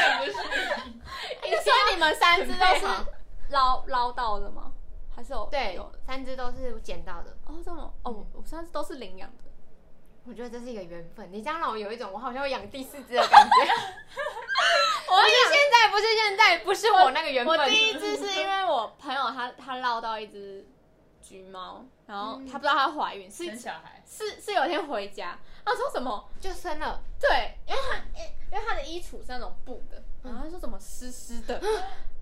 [SPEAKER 4] 但不是
[SPEAKER 5] 一
[SPEAKER 3] 哎所以你们三只都
[SPEAKER 5] 对
[SPEAKER 3] 是捞捞到的吗？还是有
[SPEAKER 5] 对
[SPEAKER 3] 有，
[SPEAKER 5] 三只都是捡到的。
[SPEAKER 3] 哦，这么哦，我三只都是领养的。
[SPEAKER 5] 我觉得这是一个缘分。你这样让我有一种我好像要养第四只的感觉。 我是现在，不是现在，不是我那个缘分。
[SPEAKER 3] 我第一只是因为我朋友她她捞到一只橘猫，然后她不知道她怀孕，是
[SPEAKER 4] 生小孩，
[SPEAKER 3] 是是有一天回家，她说怎么
[SPEAKER 5] 就生了，
[SPEAKER 3] 对，因为她因为她的衣橱是那种布的，然后她说怎么湿湿的，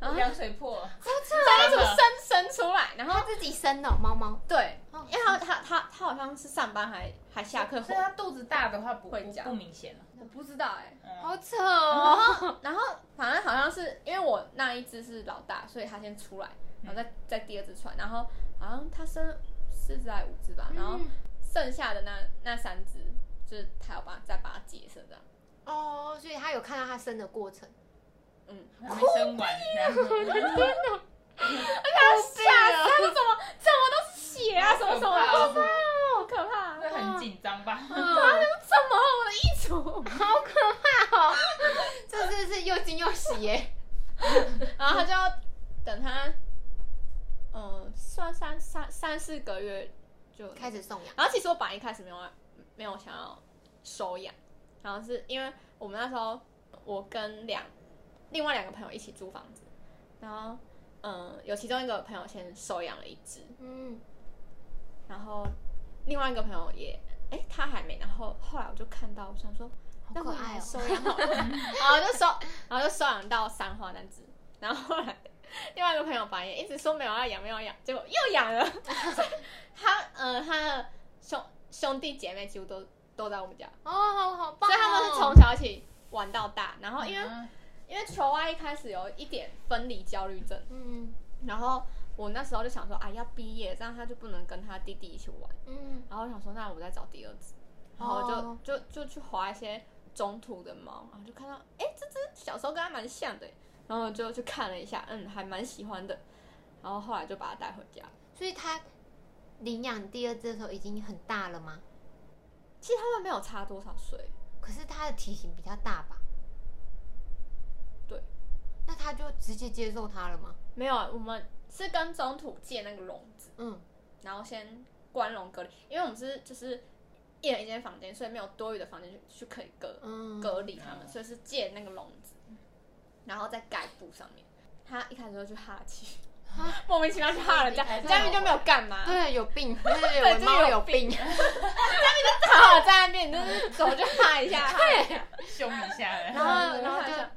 [SPEAKER 3] 然后她
[SPEAKER 4] 羊水破了，
[SPEAKER 3] 把衣橱伸伸出来，然
[SPEAKER 5] 它
[SPEAKER 3] 后
[SPEAKER 5] 自己生的猫猫。
[SPEAKER 3] 对，
[SPEAKER 5] 哦
[SPEAKER 3] 因为她她她她好像是上班还还下课回
[SPEAKER 4] 所以，它肚子大的话不
[SPEAKER 3] 会
[SPEAKER 4] 不
[SPEAKER 3] 讲
[SPEAKER 4] 不明显了。
[SPEAKER 3] 我不知道哎、
[SPEAKER 5] 好
[SPEAKER 4] 嗯，
[SPEAKER 5] 扯哦！
[SPEAKER 3] 然后反正好像是因为我那一只是老大，所以它先出来，然后再再第二只出来，然后好像它生了四只还是五只吧，然后
[SPEAKER 5] 嗯
[SPEAKER 3] 剩下的那那三只就是它要把它再把它接生这样。
[SPEAKER 5] 哦，所以他有看到他生的过程，
[SPEAKER 3] 嗯，
[SPEAKER 4] 还没生完，然后
[SPEAKER 3] 吓死！怎么怎么都是血啊，什么什么的，
[SPEAKER 4] 好
[SPEAKER 3] 好
[SPEAKER 4] 可怕
[SPEAKER 3] 可怕！
[SPEAKER 4] 会很紧张吧？
[SPEAKER 3] 怎么我的衣 橱？
[SPEAKER 5] 哦这真的是又惊又喜耶！
[SPEAKER 3] 然后他就要等它，嗯，算三三三四个月就
[SPEAKER 5] 开始送养，
[SPEAKER 3] 然后其实我本来一开始没有要没有想要收养，然后是因为我们那时候我跟两另外两个朋友一起租房子，然后嗯，有其中一个朋友先收养了一只，
[SPEAKER 5] 嗯，
[SPEAKER 3] 然后另外一个朋友也哎他还没，然后后来我就看到我想说，那
[SPEAKER 5] 好
[SPEAKER 3] 我
[SPEAKER 5] 可
[SPEAKER 3] 也
[SPEAKER 5] 爱
[SPEAKER 3] 来
[SPEAKER 5] 哦。
[SPEAKER 3] 收养 好了，然后就收，然后就收养到三花那只，然后后来另外一个朋友反正也一直说没有要养，没有要养，结果又养 了。所以他呃他的兄兄弟姐妹几乎都都在我们家，
[SPEAKER 5] 哦，好好棒哦！
[SPEAKER 3] 所以他们是从小一起玩到大。然后因为、
[SPEAKER 4] 嗯
[SPEAKER 3] 因为球蛙一开始有一点分离焦虑症，
[SPEAKER 5] 嗯
[SPEAKER 3] 然后我那时候就想说啊要毕业，这样他就不能跟他弟弟一起玩。
[SPEAKER 5] 嗯，
[SPEAKER 3] 然后我想说，那我再找第二只，然后就、
[SPEAKER 5] 哦
[SPEAKER 3] 就就去划一些中途的猫，然后就看到，哎，这只小时候跟它蛮像的，然后就去看了一下，嗯，还蛮喜欢的，然后后来就把它带回家。
[SPEAKER 5] 所以他领养第二只的时候已经很大了吗？
[SPEAKER 3] 其实它们没有差多少岁，
[SPEAKER 5] 可是他的体型比较大吧？
[SPEAKER 3] 对，
[SPEAKER 5] 那他就直接接受他了吗？
[SPEAKER 3] 没有，啊我们是跟中途借那个笼子，
[SPEAKER 5] 嗯，
[SPEAKER 3] 然后先关笼隔离，因为我们是就是一人一间房间，所以没有多余的房间去去可以隔
[SPEAKER 5] 嗯
[SPEAKER 3] 隔离他们，
[SPEAKER 4] 嗯
[SPEAKER 3] 所以是借那个笼子，然后再盖布上面。他一开始就去哈气，莫名其妙去哈啊人家，
[SPEAKER 4] 一开始
[SPEAKER 3] 家明就没有干嘛，
[SPEAKER 5] 对，有 病，就是
[SPEAKER 3] 对
[SPEAKER 5] 我
[SPEAKER 3] 就是
[SPEAKER 5] 猫
[SPEAKER 3] 有
[SPEAKER 5] 有病，
[SPEAKER 3] 好好在那边，你就是走就哈一 下，对，
[SPEAKER 4] 凶一下
[SPEAKER 5] 然
[SPEAKER 4] 了，
[SPEAKER 5] 后
[SPEAKER 3] 对
[SPEAKER 5] 然后
[SPEAKER 3] 哈一下
[SPEAKER 5] 就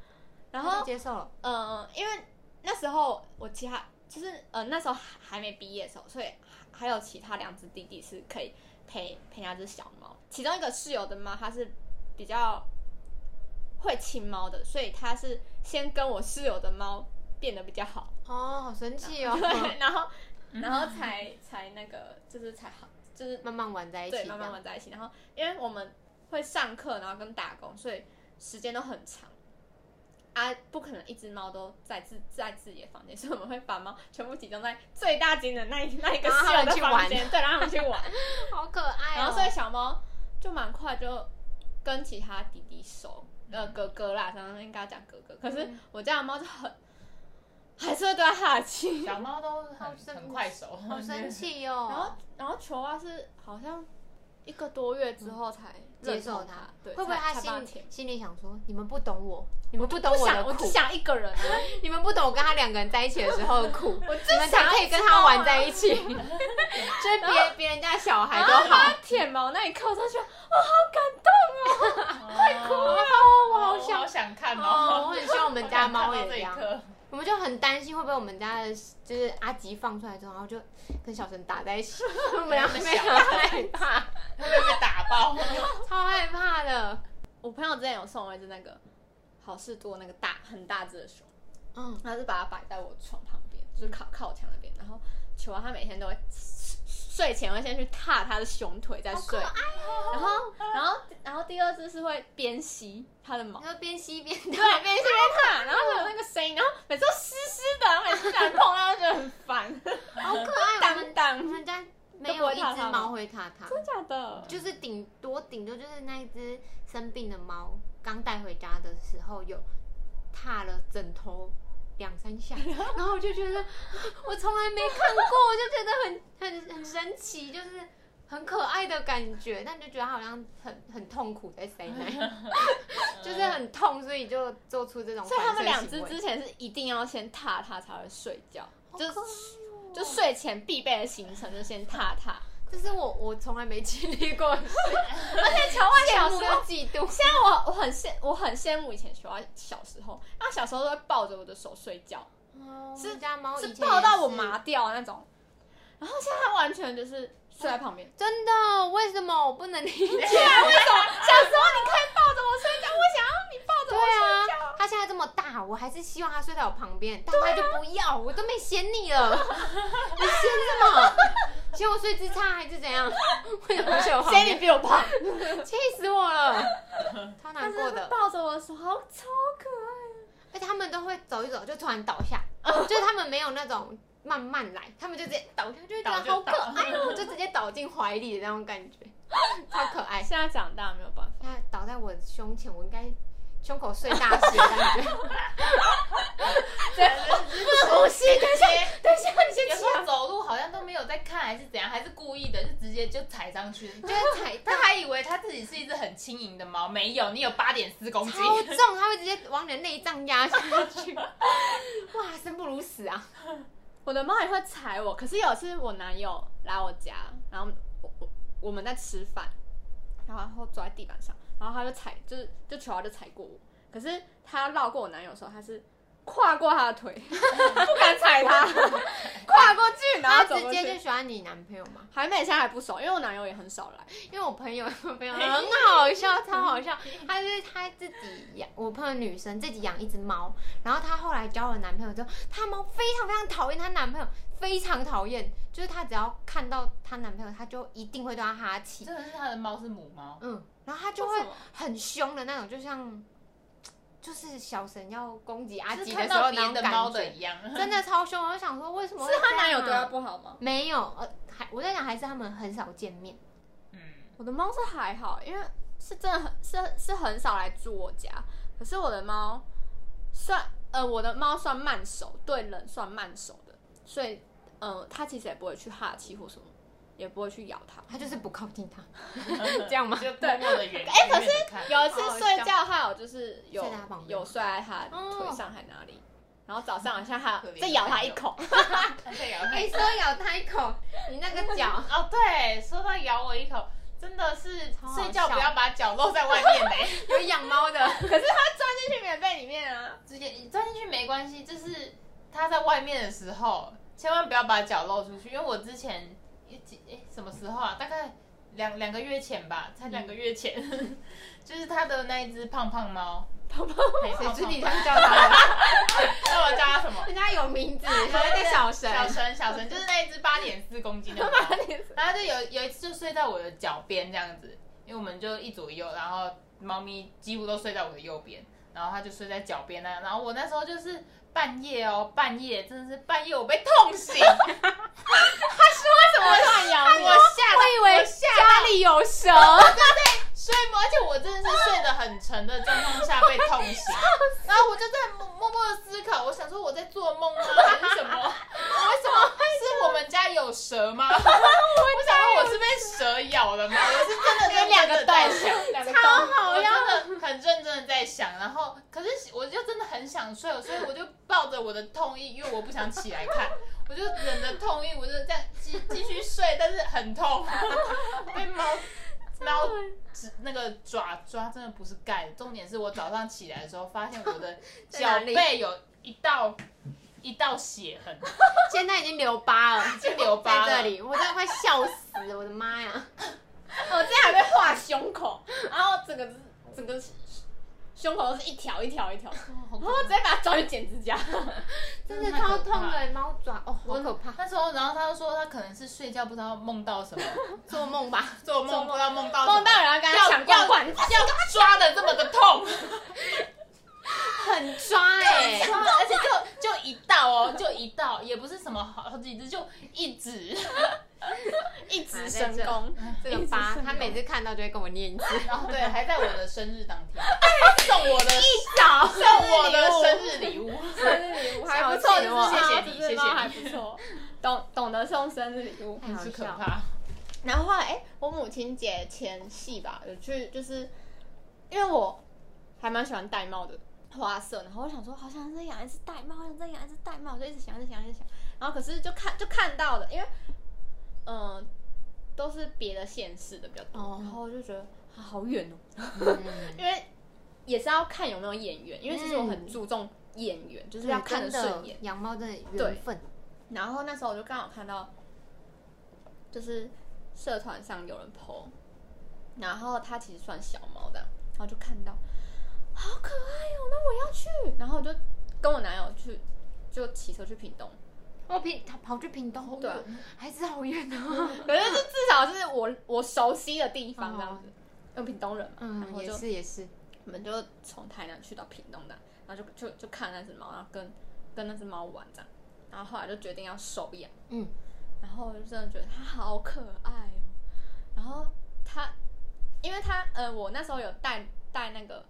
[SPEAKER 3] 然
[SPEAKER 5] 他
[SPEAKER 3] 后
[SPEAKER 5] 就接受了，
[SPEAKER 3] 嗯，因为那时候我其他就是呃那时候还还没毕业的时候，所以还还有其他两只弟弟是可以陪陪那只小猫。其中一个室友的猫，它是比较会亲猫的，所以它是先跟我室友的猫变得比较好，
[SPEAKER 5] 哦，好神奇哦，
[SPEAKER 3] 对，然后然后才才那个就是才好，就是
[SPEAKER 5] 慢慢玩在一起，
[SPEAKER 3] 对慢慢玩在一起。然后因为我们会上课，然后跟打工，所以时间都很长。啊，不可能一只猫都在自在自己的房间，所以我们会把猫全部集中在最大间的那一那一个
[SPEAKER 5] 然后
[SPEAKER 3] 室友
[SPEAKER 5] 他们
[SPEAKER 3] 的
[SPEAKER 5] 去
[SPEAKER 3] 房
[SPEAKER 5] 玩
[SPEAKER 3] 间，对，让他们 去玩。
[SPEAKER 5] 这样，好可爱哦。
[SPEAKER 3] 然后所以小猫就蛮快就跟其他弟弟熟，呃，哥哥啦，常常应该讲哥哥。可
[SPEAKER 5] 嗯
[SPEAKER 3] 是我家的猫就很还是会对它哈气，
[SPEAKER 4] 小猫都很
[SPEAKER 5] 好生
[SPEAKER 4] 很快熟，
[SPEAKER 5] 好生气哦。
[SPEAKER 3] 然后然后球蛙是好像一个多月之后才
[SPEAKER 5] 接
[SPEAKER 3] 认
[SPEAKER 5] 受
[SPEAKER 3] 同
[SPEAKER 5] 他
[SPEAKER 3] 它，，对，
[SPEAKER 5] 会不会
[SPEAKER 3] 才
[SPEAKER 5] 他
[SPEAKER 3] 才帮它
[SPEAKER 5] 心
[SPEAKER 3] 舔
[SPEAKER 5] 心里想说，你们不懂我，你们不懂
[SPEAKER 3] 不
[SPEAKER 5] 我的
[SPEAKER 3] 想，我
[SPEAKER 5] 苦
[SPEAKER 3] 只，想一个人啊，
[SPEAKER 5] 你们不懂我跟他两个人在一起的时候的 苦，
[SPEAKER 3] 我只
[SPEAKER 5] 你们才
[SPEAKER 3] 想啊
[SPEAKER 5] 可以跟他玩在一起，就是别别人家小孩
[SPEAKER 3] 然
[SPEAKER 5] 都
[SPEAKER 3] 后
[SPEAKER 5] 好
[SPEAKER 3] 它。舔毛那一刻，我就觉得我好感哦
[SPEAKER 4] 快哭了，
[SPEAKER 5] 我好
[SPEAKER 4] 啊我好
[SPEAKER 5] 想，
[SPEAKER 4] 想看
[SPEAKER 5] 哦，我
[SPEAKER 4] 哦，
[SPEAKER 5] 很希望我们家猫也
[SPEAKER 4] 我想
[SPEAKER 5] 这样
[SPEAKER 4] 看到这。一刻，
[SPEAKER 5] 我们就很担心会不会我们家的，就是阿吉放出来之后，然后就跟小陈打在 一起，我们俩非常害怕，
[SPEAKER 4] 会不会被打 爆？
[SPEAKER 5] 超害怕的。
[SPEAKER 3] 动。我朋友之前有送我一只那个好事多那个大很大只的熊，
[SPEAKER 5] 嗯，
[SPEAKER 3] 他是把它摆在我床旁边，就是靠靠墙那边。然后球蛙它每天都会睡前会先去踏它的熊腿再睡，
[SPEAKER 5] 哦
[SPEAKER 3] 然后然后然后第二只是会边吸它的毛
[SPEAKER 5] 你。说边吸边
[SPEAKER 3] 对，边吸边踏，然后会有那个声音，然后每次都湿湿的，然后每次想碰到就觉得很烦，
[SPEAKER 5] 好可爱，我哦
[SPEAKER 3] 当
[SPEAKER 5] 们
[SPEAKER 3] 当，
[SPEAKER 5] 我
[SPEAKER 3] 真
[SPEAKER 5] 们家没有一只猫会踏它，
[SPEAKER 3] 的假的？
[SPEAKER 5] 就是顶多顶多就是那一只生病的猫刚带回家的时候有踏了枕头两三 下，然后我就觉得我从来没看过，我就觉得很很很神奇，就是很可爱的感觉，但就觉得它好像很很痛苦在塞 奶，就是很痛，所以就做出这种
[SPEAKER 3] 所以他们两
[SPEAKER 5] 反
[SPEAKER 3] 只
[SPEAKER 5] 射行为
[SPEAKER 3] 之前是一定要先踏踏才会睡觉，就
[SPEAKER 5] 好可
[SPEAKER 3] 就睡前必备的行程就先踏踏。
[SPEAKER 5] 这是我我从来没经历过的事，
[SPEAKER 3] 但乔万小
[SPEAKER 5] 羡慕哦
[SPEAKER 3] 时
[SPEAKER 5] 又
[SPEAKER 3] 候，
[SPEAKER 5] 嫉妒。
[SPEAKER 3] 现在我我很羡我很羡慕以前乔万小时候，他小时候都会抱着我的手睡觉，
[SPEAKER 5] 是家猫以
[SPEAKER 3] 是
[SPEAKER 5] 前
[SPEAKER 3] 抱到我
[SPEAKER 5] 也是
[SPEAKER 3] 麻掉的那种。然后现在他完全就是睡在旁边，
[SPEAKER 5] 真的？为什么我不能理解？
[SPEAKER 3] 对啊，为什么小时候你可以抱着我睡觉，我想要你抱着
[SPEAKER 5] 对
[SPEAKER 3] 我睡觉。
[SPEAKER 5] 啊，他现在这么大，我还是希望他睡在我旁边，但他就不要，我都没嫌你 了，你嫌什么？嫌我睡姿差还是怎 样？为什么不睡我旁
[SPEAKER 3] 谁你
[SPEAKER 5] 边？
[SPEAKER 3] 比我胖？
[SPEAKER 5] 气死我 了，超难过的。
[SPEAKER 3] 抱着我的时候超可爱的。
[SPEAKER 5] 而且他们都会走一走就突然倒 下，就是他们没有那种慢慢来，他们就直接倒下，就会觉
[SPEAKER 4] 倒
[SPEAKER 5] 得
[SPEAKER 4] 就
[SPEAKER 5] 好
[SPEAKER 4] 倒
[SPEAKER 5] 可 爱哦，就直接倒进怀里的那种感觉，超可爱。
[SPEAKER 3] 现在长大没有办法，
[SPEAKER 5] 他倒在我胸前，我应该胸口碎大石的感觉。
[SPEAKER 4] 呼吸，等一下，
[SPEAKER 5] 等一下，你
[SPEAKER 4] 有
[SPEAKER 5] 先
[SPEAKER 4] 时候走路好像都没有在看，还是怎样，还是故意的，就直接就踩上去。
[SPEAKER 5] 就是踩
[SPEAKER 4] 他还以为他自己是一只很轻盈的猫，没有，你有八点四公斤。
[SPEAKER 5] 超重，它会直接往你的内脏压下去。哇，生不如死啊！
[SPEAKER 3] 我的猫也会踩我。可是有一次我男友来我家，然后我我我们在吃饭，然后他坐在地板上，然后他就踩，就是就球啊他就踩过我。可是他绕过我男友的时候，他是跨过他的腿， 不敢踩他， 跨过去，然
[SPEAKER 5] 他
[SPEAKER 3] 后走
[SPEAKER 5] 直
[SPEAKER 3] 过
[SPEAKER 5] 接就
[SPEAKER 3] 去。
[SPEAKER 5] 喜欢你男朋友吗？
[SPEAKER 3] 还没，现在还不熟，因为我男友也很少来。
[SPEAKER 5] 因为我朋友， 我朋友很好笑，超好笑。他是他自己养，我朋友女生自己养一只猫，然后她后来交了男朋友之后，她猫非常非常讨厌她男朋友，非常讨厌，就是她只要看到她男朋友，她就一定会对他哈气。
[SPEAKER 4] 真的是他的猫是母猫，
[SPEAKER 5] 嗯，然后她就
[SPEAKER 3] 为
[SPEAKER 5] 会
[SPEAKER 3] 什么
[SPEAKER 5] 很凶的那种，就像就是小神要攻击阿
[SPEAKER 4] 就
[SPEAKER 5] 吉
[SPEAKER 4] 是
[SPEAKER 5] 的
[SPEAKER 4] 看
[SPEAKER 5] 时
[SPEAKER 4] 到
[SPEAKER 5] 候那
[SPEAKER 4] 别
[SPEAKER 5] 种
[SPEAKER 4] 的
[SPEAKER 5] 感
[SPEAKER 4] 猫
[SPEAKER 5] 觉
[SPEAKER 4] 的。一样。
[SPEAKER 5] 真的超凶，我就想说为什么会
[SPEAKER 3] 是她
[SPEAKER 5] 这样啊
[SPEAKER 3] 男友对她不好吗？
[SPEAKER 5] 没有，呃，还我在想还是他们很少见 面，
[SPEAKER 4] 嗯，
[SPEAKER 3] 我的猫是还好，因为是真的很是是很少来住我家。可是我的猫算呃，我的猫算慢手，对人算慢手的，所以呃，它其实也不会去哈气或什么，也不会去咬它。
[SPEAKER 5] 他就是不靠 近他，这样吗？
[SPEAKER 4] 就默默的远。
[SPEAKER 3] 哎可是
[SPEAKER 4] 远远地看哦
[SPEAKER 3] 有一次睡觉，它有就是有
[SPEAKER 5] 哦睡在它旁边哦
[SPEAKER 3] 有睡在它腿上还哪里，然后早上好像还有再咬它一口，
[SPEAKER 4] 他在咬
[SPEAKER 5] 哎、
[SPEAKER 4] 你。，
[SPEAKER 5] 说咬他一口，你那个脚
[SPEAKER 4] 哦，对，说到咬我一口，真的是
[SPEAKER 5] 好笑
[SPEAKER 4] 睡觉不要把脚露在外面欸 嘞、
[SPEAKER 5] 有养猫的，
[SPEAKER 3] 可是它钻进去棉被里面啊。
[SPEAKER 4] 直接你钻进去没关系，就是它在外面的时候，千万不要把脚露出去。因为我之前一几哎什么时候啊？大概两两个月前吧，才两个月前， 就是它的那一只胖胖猫，胖 胖猫，
[SPEAKER 5] 谁知你这样叫 他的？
[SPEAKER 4] 那我叫它什么？
[SPEAKER 5] 人家有 名字，人家叫小神，
[SPEAKER 4] 小神，小神就是那一只八点四公斤的猫，然后就有有一次就睡在我的脚边这样子，因为我们就一左一右，然后猫咪几乎都睡在我的右边，然后它就睡在脚边那，然后我那时候就是半夜哦，半夜真的是半夜我被痛醒， 它是为什么乱咬我吓到，我以为吓到
[SPEAKER 5] 家里有蛇，
[SPEAKER 4] 睡吗？而且我真的是睡得很沉的状况下被痛 醒，然后我就在默默默的思考，我想说我在做梦吗？还是什么？我为 什么是我们家有蛇吗？我想说我是被蛇咬了吗？我是真的
[SPEAKER 3] 有
[SPEAKER 4] 在
[SPEAKER 3] 两个
[SPEAKER 4] 真的在
[SPEAKER 3] 洞
[SPEAKER 4] 想，
[SPEAKER 3] 两个
[SPEAKER 4] 超
[SPEAKER 3] 洞
[SPEAKER 4] 好，我真的很认真的在想，然后可是我就真的很想睡，所以我就抱着我的痛意，因为我不想起来看。 我就忍着痛意，我就这样继继续睡，但是很痛， 被猫猫指那个爪抓真的不是盖的，重点是我早上起来的时候，发现我的
[SPEAKER 5] 在哪
[SPEAKER 4] 脚
[SPEAKER 5] 里
[SPEAKER 4] 背有一道一道血痕，
[SPEAKER 5] 现在已经留疤了，
[SPEAKER 4] 就留疤
[SPEAKER 5] 在
[SPEAKER 4] 了
[SPEAKER 5] 这。里，我真的快笑死了，我的妈呀！
[SPEAKER 3] 我这还被画胸口，然后整个整个胸口都是一条一条一条，
[SPEAKER 4] 哦
[SPEAKER 3] 然后直接把它抓去剪指 甲。
[SPEAKER 5] 真的超痛的猫爪，哦，好可怕！
[SPEAKER 4] 那时候，然后他就说他可能是睡觉不知道梦到什么，
[SPEAKER 5] 做梦吧，
[SPEAKER 4] 做梦不知道梦到什么
[SPEAKER 3] 梦到人要跟他抢罐
[SPEAKER 4] 要要
[SPEAKER 3] 罐，
[SPEAKER 4] 要抓的这么的痛，
[SPEAKER 5] 很抓哎、
[SPEAKER 4] 而且就就一一道 哦，就一道，也不是什么好好几只，就一只，一
[SPEAKER 5] 啊
[SPEAKER 4] 只
[SPEAKER 5] 在
[SPEAKER 4] 神
[SPEAKER 5] 这
[SPEAKER 4] 功。
[SPEAKER 5] 这个八，他每次看到就会跟我念 一次。
[SPEAKER 4] 然后对，还在我的生日当天送我的
[SPEAKER 5] 早
[SPEAKER 4] 送我的生日礼物，
[SPEAKER 5] 我还
[SPEAKER 3] 送
[SPEAKER 5] 不错，
[SPEAKER 3] 礼
[SPEAKER 5] 你
[SPEAKER 3] 物
[SPEAKER 5] 知道吗
[SPEAKER 4] 谢谢
[SPEAKER 3] 啊
[SPEAKER 4] 你
[SPEAKER 3] 这只
[SPEAKER 4] 谢谢
[SPEAKER 3] 猫
[SPEAKER 4] 你
[SPEAKER 3] 还不错， 懂懂得送生日礼物，很
[SPEAKER 4] 很
[SPEAKER 3] 好
[SPEAKER 4] 是可
[SPEAKER 3] 笑。
[SPEAKER 4] 怕。
[SPEAKER 3] 然后后来，哎、我母亲节前夕吧，有去就是，因为我还蛮喜欢玳瑁的花色，然后我想说，好想再养一只玳瑁，好想再养一只玳瑁，我就一直想，一直想，一直想。然后可是就看就看到的，因为嗯、呃都是别的县市的比较多，
[SPEAKER 5] 哦
[SPEAKER 3] 然后我就觉得、啊、好远哦， 因为也是要看有没有眼缘，因为其实我很注重眼缘，就是
[SPEAKER 4] 嗯
[SPEAKER 3] 要看得顺眼。
[SPEAKER 5] 养猫真的缘分，
[SPEAKER 3] 然后那时候我就刚好看到，就是社团上有人 PO，然后它其实算小猫的，然后就看到，好可爱哦，那我要去，然后我就跟我男友去，就骑车去屏东，
[SPEAKER 5] 我哦平他跑去屏东，
[SPEAKER 3] 对，
[SPEAKER 5] 还是好远哦。
[SPEAKER 3] 可是就至少是我我熟悉的地方这样子，因为我屏东人嘛，然
[SPEAKER 5] 嗯，
[SPEAKER 3] 后
[SPEAKER 5] 也
[SPEAKER 3] 就是
[SPEAKER 5] 也是，
[SPEAKER 3] 我们就从台南去到屏东的，然后就就就看那只猫，然后跟跟那只猫玩这样，然后后来就决定要收养。
[SPEAKER 5] 嗯，
[SPEAKER 3] 然后我就真的觉得它好可爱哦。然后它，因为它，呃，我那时候有带带那个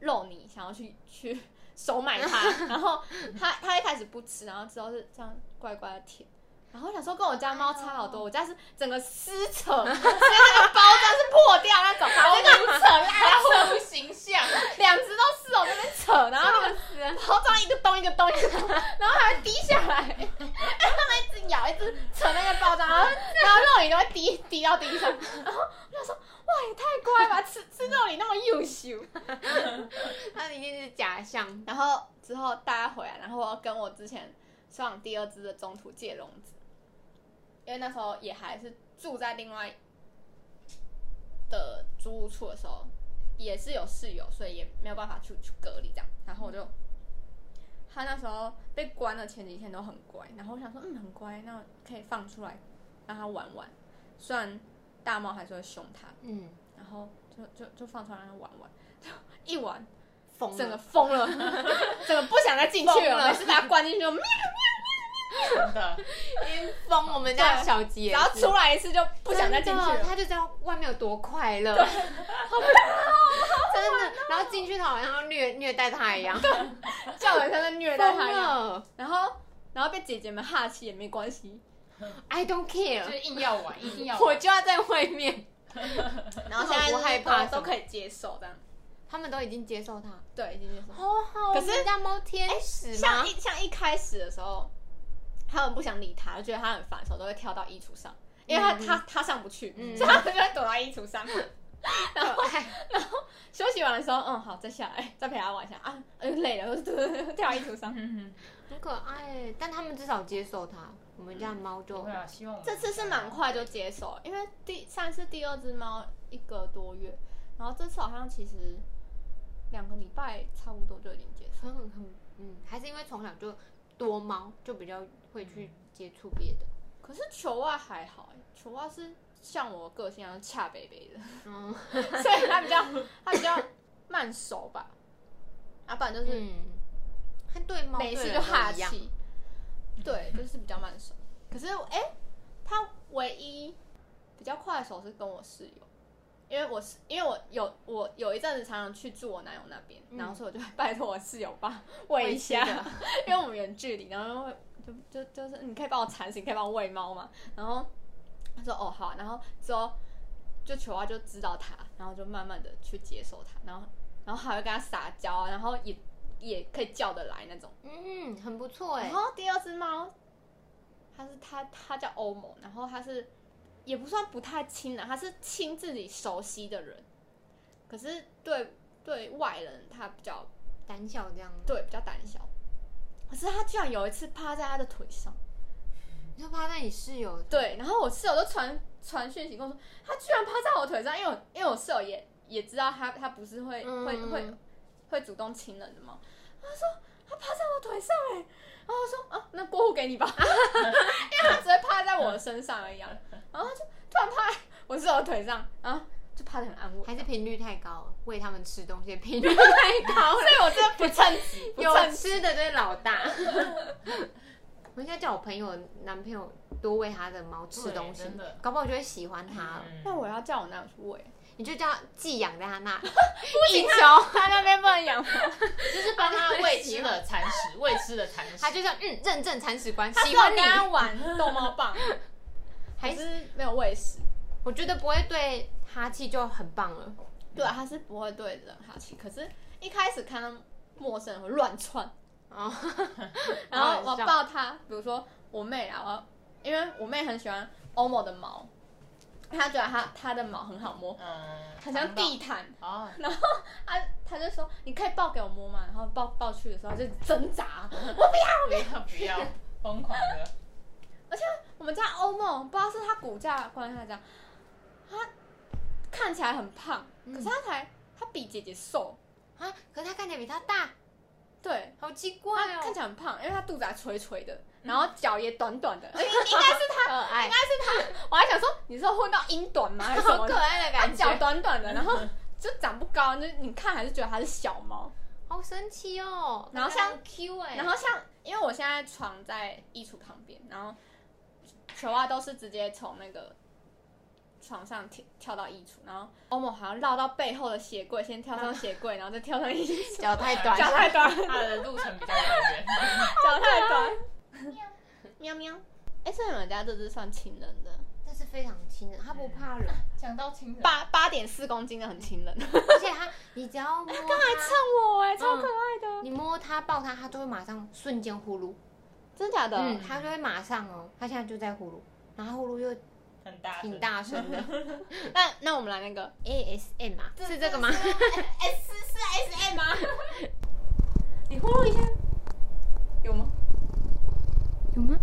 [SPEAKER 3] 肉泥，想要去 去收买 它，然后它它一开始不吃，然后之后是这样乖乖的舔。然后我想说跟我家猫差
[SPEAKER 4] 哦
[SPEAKER 3] 好多，我家是整个撕扯，所以那个包装是破掉那种，
[SPEAKER 4] 好
[SPEAKER 3] 这个
[SPEAKER 4] 无扯啦，毫无形象，
[SPEAKER 3] 两只都是哦，在那边扯，然后那个包装一个洞一个洞一个洞，然后还会滴下来， 哎，他们一直咬，一直扯那个包装，然后然后肉里都会滴滴到地上，然后我就说哇，也太乖了吧，吃吃肉里那么优秀。
[SPEAKER 5] 它一定是假象。
[SPEAKER 3] 然后之后大家回来，然后我跟我之前收养第二只的中途借笼子，因为那时候也还是住在另外的租屋处的时候，也是有室友，所以也没有办法去去隔离这样。然后我就，他那时候被关了前几天都很乖，然后我想说，嗯，很乖，那可以放出来让他玩玩。虽然大猫还是会凶他，
[SPEAKER 5] 嗯，
[SPEAKER 3] 然后就就就放出来让他玩玩，就一玩
[SPEAKER 5] 疯了
[SPEAKER 3] 整个疯了，整个 不想再进去
[SPEAKER 5] 疯
[SPEAKER 3] 了。
[SPEAKER 5] 了
[SPEAKER 3] 每次把它关进去， 喵。
[SPEAKER 4] 真的。
[SPEAKER 5] 疯，我们家的小吉也是
[SPEAKER 3] 然后出来一次就不想再进去
[SPEAKER 5] 真的
[SPEAKER 3] 了。
[SPEAKER 5] 他就知道外面有多快乐，好棒哦，真的。然后进去他好像要虐虐待他一样，
[SPEAKER 3] 叫人像在虐待
[SPEAKER 5] 疯
[SPEAKER 3] 他一样。
[SPEAKER 5] 了
[SPEAKER 3] 然后，然后被姐姐们哈气也没关系。
[SPEAKER 5] ，I
[SPEAKER 4] 就
[SPEAKER 5] don't care，
[SPEAKER 4] 是硬要玩，一定要
[SPEAKER 5] 我
[SPEAKER 4] 玩。
[SPEAKER 5] 就要在外面。
[SPEAKER 3] 然后现在
[SPEAKER 5] 不害
[SPEAKER 3] 都
[SPEAKER 5] 怕
[SPEAKER 3] 都
[SPEAKER 5] 什么
[SPEAKER 3] 可以接受这样。
[SPEAKER 5] 他们都已经接受他，
[SPEAKER 3] 对，已经接受。
[SPEAKER 5] 好好。
[SPEAKER 3] 可是
[SPEAKER 5] 人家猫天使吗
[SPEAKER 3] 像一？像一开始的时候，他们不想理他，就觉得他很烦的时候，都会跳到衣橱上，因为他、
[SPEAKER 5] 嗯
[SPEAKER 3] 他他上不去，
[SPEAKER 5] 嗯
[SPEAKER 3] 所以他们就会躲到衣橱 上。
[SPEAKER 5] 可爱
[SPEAKER 3] 休息完的时候，嗯，好，再下来，再陪他玩一下啊，呃，累了， 跳到衣橱上。
[SPEAKER 4] 嗯
[SPEAKER 5] 很可爱，但他们至少接受他。我们家的猫就
[SPEAKER 4] 对啊，希望我们
[SPEAKER 3] 这次是蛮快就接手，因为第上一次第二只猫一个多月，然后这次好像其实两个礼拜差不多就已经接受。
[SPEAKER 5] 很很很嗯，还是因为从小就多猫，就比较会去接触别的。
[SPEAKER 3] 可是球袜还好欸，球袜是像我个性一样恰北北的，
[SPEAKER 5] 嗯
[SPEAKER 3] 所以它比较它比较慢熟吧。啊，不然就是
[SPEAKER 5] 嗯，它对猫
[SPEAKER 3] 每次
[SPEAKER 5] 对
[SPEAKER 3] 就
[SPEAKER 5] 人都
[SPEAKER 3] 哈
[SPEAKER 5] 一样
[SPEAKER 3] 气，对，就是比较慢熟。 可是哎、欸它唯一比较快手是跟我室友。因为我是因为我有我有一阵子常常去住我男友那边，然后所以我就会拜托我室友帮我嗯喂一下
[SPEAKER 5] 喂吃的，
[SPEAKER 3] 因为我们远距离，然后就就就是你可以帮我铲屎，你可以帮我喂猫嘛。然后他说哦好啊、然后之后就球啊就知道他，然后就慢慢的去接受他，然后然后还会跟他撒娇啊，然后也也可以叫得来那种。
[SPEAKER 5] 嗯，很不错哎
[SPEAKER 3] 然。后第二只猫，它是它它叫欧盟，然后它是也不算不太亲啊的，它是亲自己熟悉的人，可是对对外人它比较
[SPEAKER 5] 胆小这样，
[SPEAKER 3] 对比较胆小。可是它居然有一次趴在它的腿上，
[SPEAKER 5] 你就趴在你室友，
[SPEAKER 3] 对，然后我室友就传传讯息跟我说，它居然趴在我腿上，因为我因为我室友也也知道它它不是会、
[SPEAKER 5] 嗯
[SPEAKER 3] 会会会主动亲人的猫，他说它趴在我腿上哎、然后我说啊，那过户给你吧，因为它只会趴在我的身上而已、啊，然后它就突然趴在我室友的腿上，啊，就趴得很安稳。
[SPEAKER 5] 还是频率太高，喂他们吃东西的频率太高
[SPEAKER 3] 所
[SPEAKER 5] 了，
[SPEAKER 3] 以我真的不称 职，不
[SPEAKER 5] 有
[SPEAKER 3] 称职。
[SPEAKER 5] 吃的就是老大。我应该叫我朋友男朋友多喂他的猫吃东西
[SPEAKER 4] 对真的，嗯
[SPEAKER 5] 搞不好我就会喜欢它了。
[SPEAKER 3] 那我要叫我男友去喂，
[SPEAKER 5] 你就叫它寄养在他那，一周
[SPEAKER 3] 他 那边不能养猫，
[SPEAKER 4] 就是帮他喂吃的铲屎，喂吃的铲屎。
[SPEAKER 5] 他就像嗯认证铲屎官，
[SPEAKER 3] 他
[SPEAKER 5] 喜欢
[SPEAKER 3] 只
[SPEAKER 5] 你
[SPEAKER 3] 有跟。他
[SPEAKER 4] 嗯
[SPEAKER 3] 玩逗猫棒，
[SPEAKER 5] 还
[SPEAKER 3] 还
[SPEAKER 5] 是
[SPEAKER 3] 是没有喂食。
[SPEAKER 5] 我觉得不会对哈气就很棒了。
[SPEAKER 3] 对啊，他是不会对人哈气，可是一开始看到陌生人会乱窜，
[SPEAKER 5] 哦，
[SPEAKER 3] 然后
[SPEAKER 5] 很
[SPEAKER 3] 我
[SPEAKER 5] 像
[SPEAKER 3] 抱他，比如说我妹啊，我要因为我妹很喜欢欧某的毛，她觉得她她的毛很好摸，
[SPEAKER 4] 嗯，
[SPEAKER 3] 很像地毯，
[SPEAKER 4] 哦，
[SPEAKER 3] 啊，她就说你可以抱给我摸嘛，然后抱抱去的时候她就挣扎，
[SPEAKER 4] 不要不 要，疯狂的，
[SPEAKER 3] 我们家欧梦不知道是他骨架关系还是怎样，他看起来很胖，可是他才他比姐姐瘦，
[SPEAKER 5] 啊，可是他看起来比他大，
[SPEAKER 3] 对，
[SPEAKER 5] 好奇
[SPEAKER 3] 他
[SPEAKER 5] 怪哦，
[SPEAKER 3] 看起来很胖，因为他肚子还垂垂的，
[SPEAKER 5] 嗯
[SPEAKER 3] 然后脚也短短 的，而且 应该是
[SPEAKER 5] 可爱，
[SPEAKER 3] 我还想说你是混到英短吗？还是什
[SPEAKER 5] 好
[SPEAKER 3] 么
[SPEAKER 5] 可
[SPEAKER 3] 的？
[SPEAKER 5] 爱的啊
[SPEAKER 3] 他
[SPEAKER 5] 感
[SPEAKER 3] 脚
[SPEAKER 5] 觉，嗯
[SPEAKER 3] 短短的，然后就长不高，就是你看还是觉得它是小猫。
[SPEAKER 5] 好神奇哦。
[SPEAKER 3] 然后像
[SPEAKER 5] 它很 Q 哎，
[SPEAKER 3] 然后像因为我现在床在衣橱旁边，然后球啊都是直接从那个床上跳跳到衣橱，然后欧某好像绕到背后的鞋柜，先跳上鞋柜，然后再跳上衣橱。
[SPEAKER 5] 嗯脚太 短，
[SPEAKER 3] 脚太短，
[SPEAKER 4] 他的路程比较遥远。
[SPEAKER 3] 脚太短。喵喵。哎，所以你们家这只算亲人的，
[SPEAKER 5] 这是非常亲的，它不 怕冷，
[SPEAKER 4] 讲到亲人，
[SPEAKER 3] 八八点四公斤的很亲人，蹭
[SPEAKER 5] 而且它你只要摸它，
[SPEAKER 3] 我哎，超可爱的，
[SPEAKER 5] 你摸它抱它，它就会马上瞬间呼噜，
[SPEAKER 3] 真假的？
[SPEAKER 5] 嗯，它就会马上哦，它现在就在呼噜，然后呼噜又
[SPEAKER 4] 很大声
[SPEAKER 5] 挺，大声的
[SPEAKER 3] 那那我们来那个，
[SPEAKER 5] ，ASM 啊，是这个吗？
[SPEAKER 3] S 是 S M 吗？你呼噜一下，有吗？
[SPEAKER 2] 有 吗？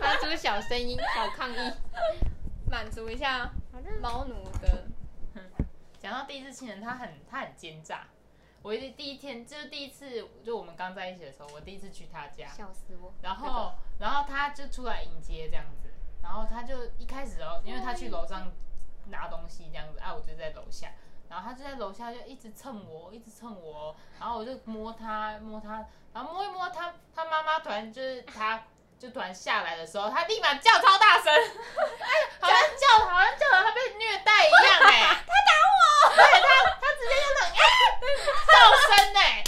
[SPEAKER 5] 发出小声音，好抗议。
[SPEAKER 3] 满足一下猫奴的，
[SPEAKER 4] 讲到第一次亲人，他很他很奸诈。我一直第一天就是第一次，就我们刚在一起的时候，我第一次去他家，
[SPEAKER 5] 笑死我！
[SPEAKER 4] 然后然后他就出来迎接这样子，然后他就一开始哦，因为他去楼上拿东西这样子，啊，我就在楼下，然后他就在楼下就一直蹭我，一直蹭我，然后我就摸他摸他，然后摸一摸他，他妈妈突然就是他。就突然下来的时候，他立马叫超大 声，哎，好像叫，好像叫了他被虐待一样哎、他打我，对他，他直接就冷哎，叫声哎、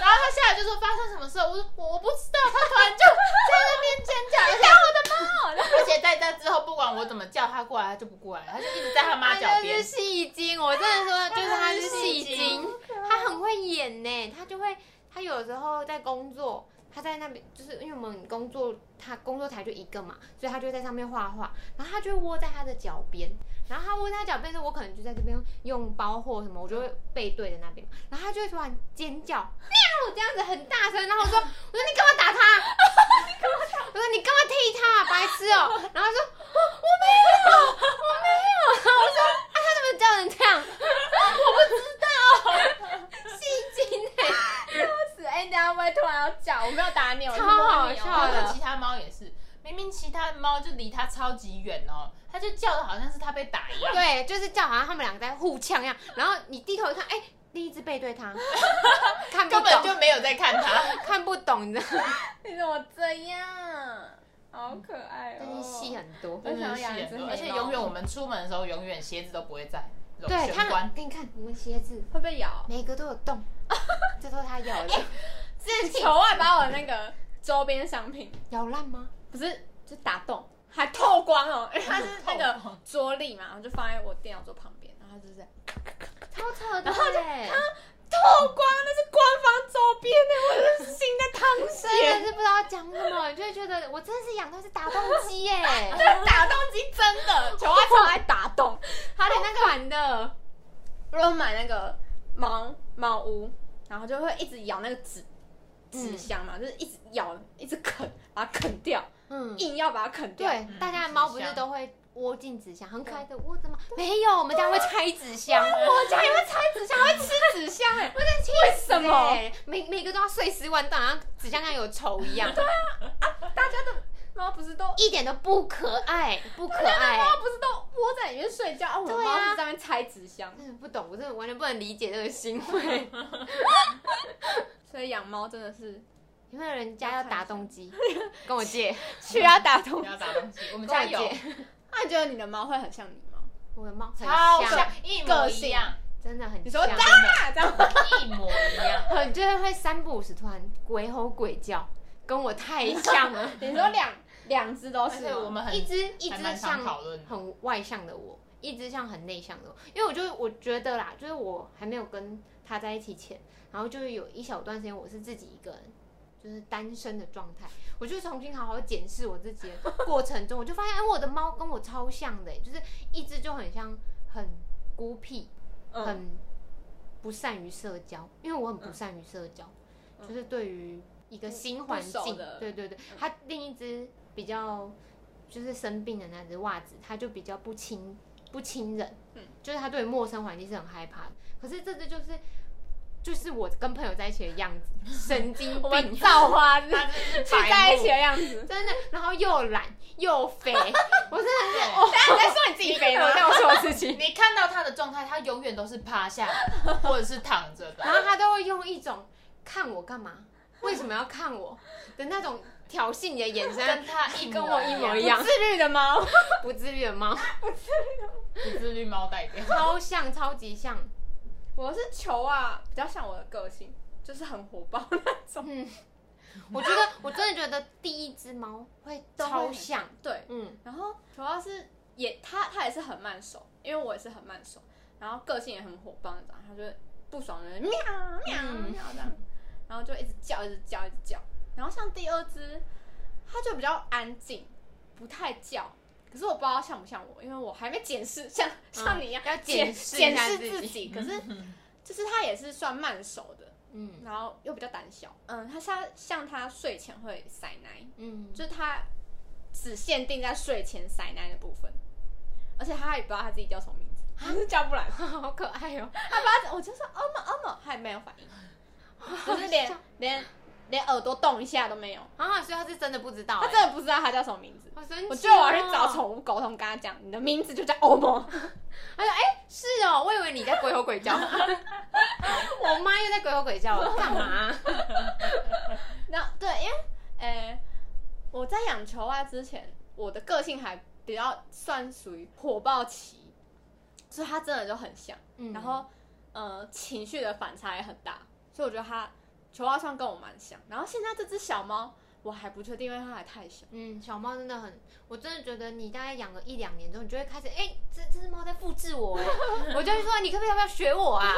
[SPEAKER 4] 然后他下来就说发生什么事，我说我不知道，他突然就在那边尖叫，而且我的猫，而且在那之后，不管我怎么叫他过来，他就不过来，他就一直在他妈脚
[SPEAKER 5] 他就
[SPEAKER 4] 边
[SPEAKER 5] 是。戏精，我真的 说，就是他是戏
[SPEAKER 4] 他是戏
[SPEAKER 5] 精
[SPEAKER 4] 精，
[SPEAKER 5] 他很会演呢，他就会，他有时候在工作。他在那边，就是因为我们工作，他工作台就一个嘛，所以他就会在上面画画，然后他就会窝在他的脚边，然后他窝在他脚边的时候，我可能就在这边用包或什么，我就会背对着那
[SPEAKER 4] 嗯
[SPEAKER 5] 边，然后他就会突然尖叫，喵这样子很大声，然后我说，我说你干嘛打他？我说你干嘛踢他、白痴哦、然后他说我我没有，我没有。我说啊，他怎么叫成这样？我不知道，戏精哎，
[SPEAKER 3] 死哎，你等下会不会突然要叫？我没有打你，我
[SPEAKER 5] 超好
[SPEAKER 3] 是摸
[SPEAKER 5] 笑
[SPEAKER 3] 你哦
[SPEAKER 4] 然
[SPEAKER 5] 的
[SPEAKER 4] 后。其他猫也是，明明其他猫就离它超级远哦，它就叫的好像是它被打一样。
[SPEAKER 5] 对，就是叫好像他们两个在互呛一样。然后你低头一看，哎、另一只背对 他，看不
[SPEAKER 4] 根本就
[SPEAKER 5] 懂，
[SPEAKER 4] 没有在看 它，
[SPEAKER 5] 看不懂，你知道吗？
[SPEAKER 3] 你怎么这样？好可爱哦
[SPEAKER 5] 最近戏很多。
[SPEAKER 3] 我想要养一只
[SPEAKER 4] 很多，
[SPEAKER 3] 黑
[SPEAKER 4] 而且
[SPEAKER 3] 猫
[SPEAKER 4] 永远我们出门的时候，永远鞋子都不会在，有
[SPEAKER 5] 对
[SPEAKER 4] 玄
[SPEAKER 5] 他
[SPEAKER 4] 关，
[SPEAKER 5] 给你看我们鞋子，
[SPEAKER 3] 会被咬。
[SPEAKER 5] 每个都有洞，这都是他咬 的，
[SPEAKER 3] 之前球外把我那个周边商品
[SPEAKER 5] 咬烂吗？
[SPEAKER 3] 不是就打洞，还透光 哦，因为它是那
[SPEAKER 4] 透
[SPEAKER 3] 个
[SPEAKER 4] 光
[SPEAKER 3] 桌立嘛，然后就放在我电脑桌旁边，然后它就是这样
[SPEAKER 5] 超扯的欸耶，
[SPEAKER 3] 透光，那是官方周边呢，我是新的汤
[SPEAKER 5] 真
[SPEAKER 3] 鞋，
[SPEAKER 5] 的是不知道讲什么，你就会觉得我真的是养到是打洞欸机耶，
[SPEAKER 3] 打洞机真 的，球外超爱打洞，
[SPEAKER 5] 他的 那个玩的。
[SPEAKER 3] 如果买那个猫猫屋，然后就会一直咬那个纸纸箱嘛，就是一直咬，一直啃，把它啃掉，
[SPEAKER 5] 嗯，
[SPEAKER 3] 硬要把它啃掉。
[SPEAKER 5] 对，大家的
[SPEAKER 4] 纸
[SPEAKER 5] 猫不是
[SPEAKER 4] 箱
[SPEAKER 5] 都会窝进纸箱，很可爱的窝着吗？没有，我们家会拆纸箱，
[SPEAKER 3] 啊我家也会拆纸箱，还会吃纸 箱哎、欸，
[SPEAKER 5] 为
[SPEAKER 3] 什么
[SPEAKER 5] 哎 每每个都要碎尸万段，好像纸箱像有仇一样。
[SPEAKER 3] 大家的猫猫不是都
[SPEAKER 5] 一点都不可爱，不可
[SPEAKER 3] 那
[SPEAKER 5] 爱。
[SPEAKER 3] 猫不是都窝在里面睡觉，啊，我的
[SPEAKER 5] 对
[SPEAKER 3] 猫
[SPEAKER 5] 啊
[SPEAKER 3] 是在那边拆纸箱，
[SPEAKER 5] 真的不懂，我真的完全不能理解这个行 为。
[SPEAKER 3] 所以养猫真的是
[SPEAKER 5] 有没有人家要打洞机？跟我借。
[SPEAKER 3] 去啊打通
[SPEAKER 4] 不。要打东西，我们
[SPEAKER 5] 跟我
[SPEAKER 4] 家有
[SPEAKER 5] 姐
[SPEAKER 3] 那你觉得你的猫会很像你吗？
[SPEAKER 5] 我的猫很
[SPEAKER 4] 超
[SPEAKER 5] 像，
[SPEAKER 4] 像，一模一样，
[SPEAKER 5] 真的很
[SPEAKER 3] 你说
[SPEAKER 5] 像，
[SPEAKER 3] 啊，这样。
[SPEAKER 4] 一模一样。
[SPEAKER 5] 很就是会三不五时突然鬼吼鬼叫，跟我太像了
[SPEAKER 3] 你说两两只都
[SPEAKER 4] 而
[SPEAKER 3] 是哦
[SPEAKER 4] 且
[SPEAKER 3] 吗
[SPEAKER 4] 我们很
[SPEAKER 5] 一只一
[SPEAKER 4] 还
[SPEAKER 5] 只
[SPEAKER 4] 蛮常
[SPEAKER 5] 像
[SPEAKER 4] 讨论
[SPEAKER 5] 很外向的我，一只像很内向的我，因为我就我觉得啦，就是我还没有跟他在一起前，然后就是有一小段时间我是自己一个人。就是单身的状态，我就重新好好检视我自己的过程中，我就发现，哎，我的猫跟我超像的、欸就是一只就很像很孤僻，
[SPEAKER 3] 嗯
[SPEAKER 5] 很不善于社交，因为我很不善于社交，
[SPEAKER 3] 嗯
[SPEAKER 5] 就是对于一个新
[SPEAKER 3] 不
[SPEAKER 5] 环
[SPEAKER 3] 熟
[SPEAKER 5] 境
[SPEAKER 3] 的，嗯
[SPEAKER 5] 对对对，它另一只比较就是生病的那只袜子，它就比较不亲不亲人，
[SPEAKER 3] 嗯
[SPEAKER 5] 就是它对陌生环境是很害怕的。可是这只就是就是我跟朋友在一起的样 子，神经
[SPEAKER 3] 我们
[SPEAKER 5] 病，
[SPEAKER 3] 造花是
[SPEAKER 4] 它就是
[SPEAKER 3] 聚在一起的样 子。
[SPEAKER 5] 真的，然后又懒又 肥，我真的是
[SPEAKER 4] 哦，
[SPEAKER 3] 你在说你自己肥吗？
[SPEAKER 5] 我说我自己。
[SPEAKER 4] 你看到它的状态，它永远都是趴 下或者是躺着的
[SPEAKER 5] 然。后他都会用一种看我干嘛，为什么要看我的那种挑衅你的眼神
[SPEAKER 4] 跟，它一
[SPEAKER 5] 跟我一模一
[SPEAKER 4] 样，
[SPEAKER 5] 样
[SPEAKER 3] 自。律的 猫，
[SPEAKER 5] 不自律的猫，
[SPEAKER 4] 不是绿猫代表。
[SPEAKER 5] 超像，超级像。
[SPEAKER 3] 我是球啊，比较像我的个性，就是很火爆那种。
[SPEAKER 5] 我觉得，我真的觉得第一只猫会超像，
[SPEAKER 3] 对，
[SPEAKER 5] 嗯，
[SPEAKER 3] 然后主要是也他他也是很慢熟，因为我也是很慢熟，然后个性也很火爆那种，他就会不爽的人喵喵
[SPEAKER 5] 嗯
[SPEAKER 3] 喵这样，然后就一直叫一直叫一直叫，然后像第二只，它就比较安静，不太叫。可是我不知道像不像我，因为我还没检视，像像你一样、
[SPEAKER 5] 嗯要
[SPEAKER 3] 检
[SPEAKER 5] 检视一
[SPEAKER 3] 检
[SPEAKER 5] 下
[SPEAKER 3] 视
[SPEAKER 5] 自
[SPEAKER 3] 自
[SPEAKER 5] 己
[SPEAKER 3] 己。可 是就是它也是算慢熟的，
[SPEAKER 5] 嗯
[SPEAKER 3] 然后又比较胆小。嗯，它像像它睡前会塞奶，
[SPEAKER 5] 嗯，
[SPEAKER 3] 就是它只限定在睡前塞奶的部分，而且它也不知道它自己叫什么名字，它是叫不来。
[SPEAKER 5] 好可爱哦。
[SPEAKER 3] 它把它，我就说哦嘛哦嘛，它也没有反应，就是连连连耳朵动一下都没有，
[SPEAKER 5] 啊，所以它是真的不知道
[SPEAKER 3] 它
[SPEAKER 5] 欸，
[SPEAKER 3] 真的不知道它叫什么名字。
[SPEAKER 5] 好神奇哦。
[SPEAKER 3] 我觉得我要去找宠物沟通，跟它讲你的名字就叫欧盟，
[SPEAKER 5] 是哦，我以为你在鬼吼鬼叫。我妈又在鬼吼鬼叫了，干嘛？ 啊
[SPEAKER 3] 那对，因为呃，我在养球蛙之前，我的个性还比较算属于火爆期，所以它真的就很像，
[SPEAKER 5] 嗯
[SPEAKER 3] 然后呃情绪的反差也很大，所以我觉得它球蛙算跟我蛮像。然后现在这只小猫，我还不确定，因为它还太小。
[SPEAKER 5] 嗯，小猫真的很，我真的觉得你大概养个一两年之后，你就会开始，哎、这这只猫在复制我，哎，我就会说你可不可以要不要学我啊？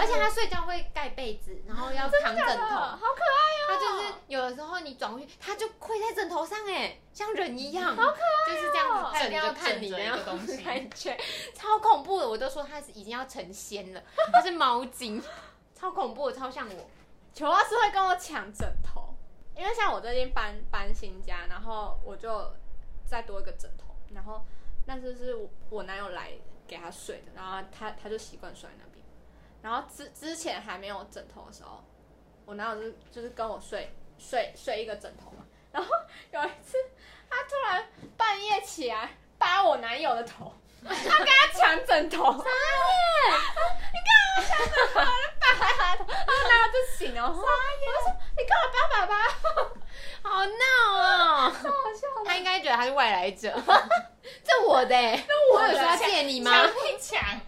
[SPEAKER 5] 而且它睡觉会盖被子，然后要扛枕头，
[SPEAKER 3] 好可爱
[SPEAKER 5] 它就是有的时候你转过去，它就跪在枕头上，哎，像人一样，好可爱、哦就是这样子
[SPEAKER 4] 它一
[SPEAKER 5] 整
[SPEAKER 4] 定要
[SPEAKER 5] 着看你
[SPEAKER 4] 枕
[SPEAKER 5] 那
[SPEAKER 4] 着一
[SPEAKER 5] 样
[SPEAKER 4] 个东
[SPEAKER 5] 子
[SPEAKER 4] 西
[SPEAKER 5] 感觉，超恐怖的，我都说它是已经要成仙了，它是猫精，超恐怖的，超像我，
[SPEAKER 3] 球蛙是会跟我抢枕头，因为像我最近搬搬新家，然后我就再多一个枕头，然后那次是我我男友来给他睡的，然后他他就习惯睡在那边，然后之之前还没有枕头的时候，我男友就是就是跟我睡睡睡一个枕头嘛，然后有一次他突然半夜起来扒我男友的头，他跟他抢枕头，啥耶？你看我抢枕头，我就扒他的头，他男友就醒了，我说我就说你干嘛扒爸爸？
[SPEAKER 5] 好闹
[SPEAKER 3] 好
[SPEAKER 5] 哦、
[SPEAKER 3] 好笑。
[SPEAKER 5] 它应该觉得它是外来者，这我的、欸，
[SPEAKER 3] 我
[SPEAKER 5] 我有
[SPEAKER 3] 的
[SPEAKER 5] 说要借你吗？
[SPEAKER 4] 强力抢，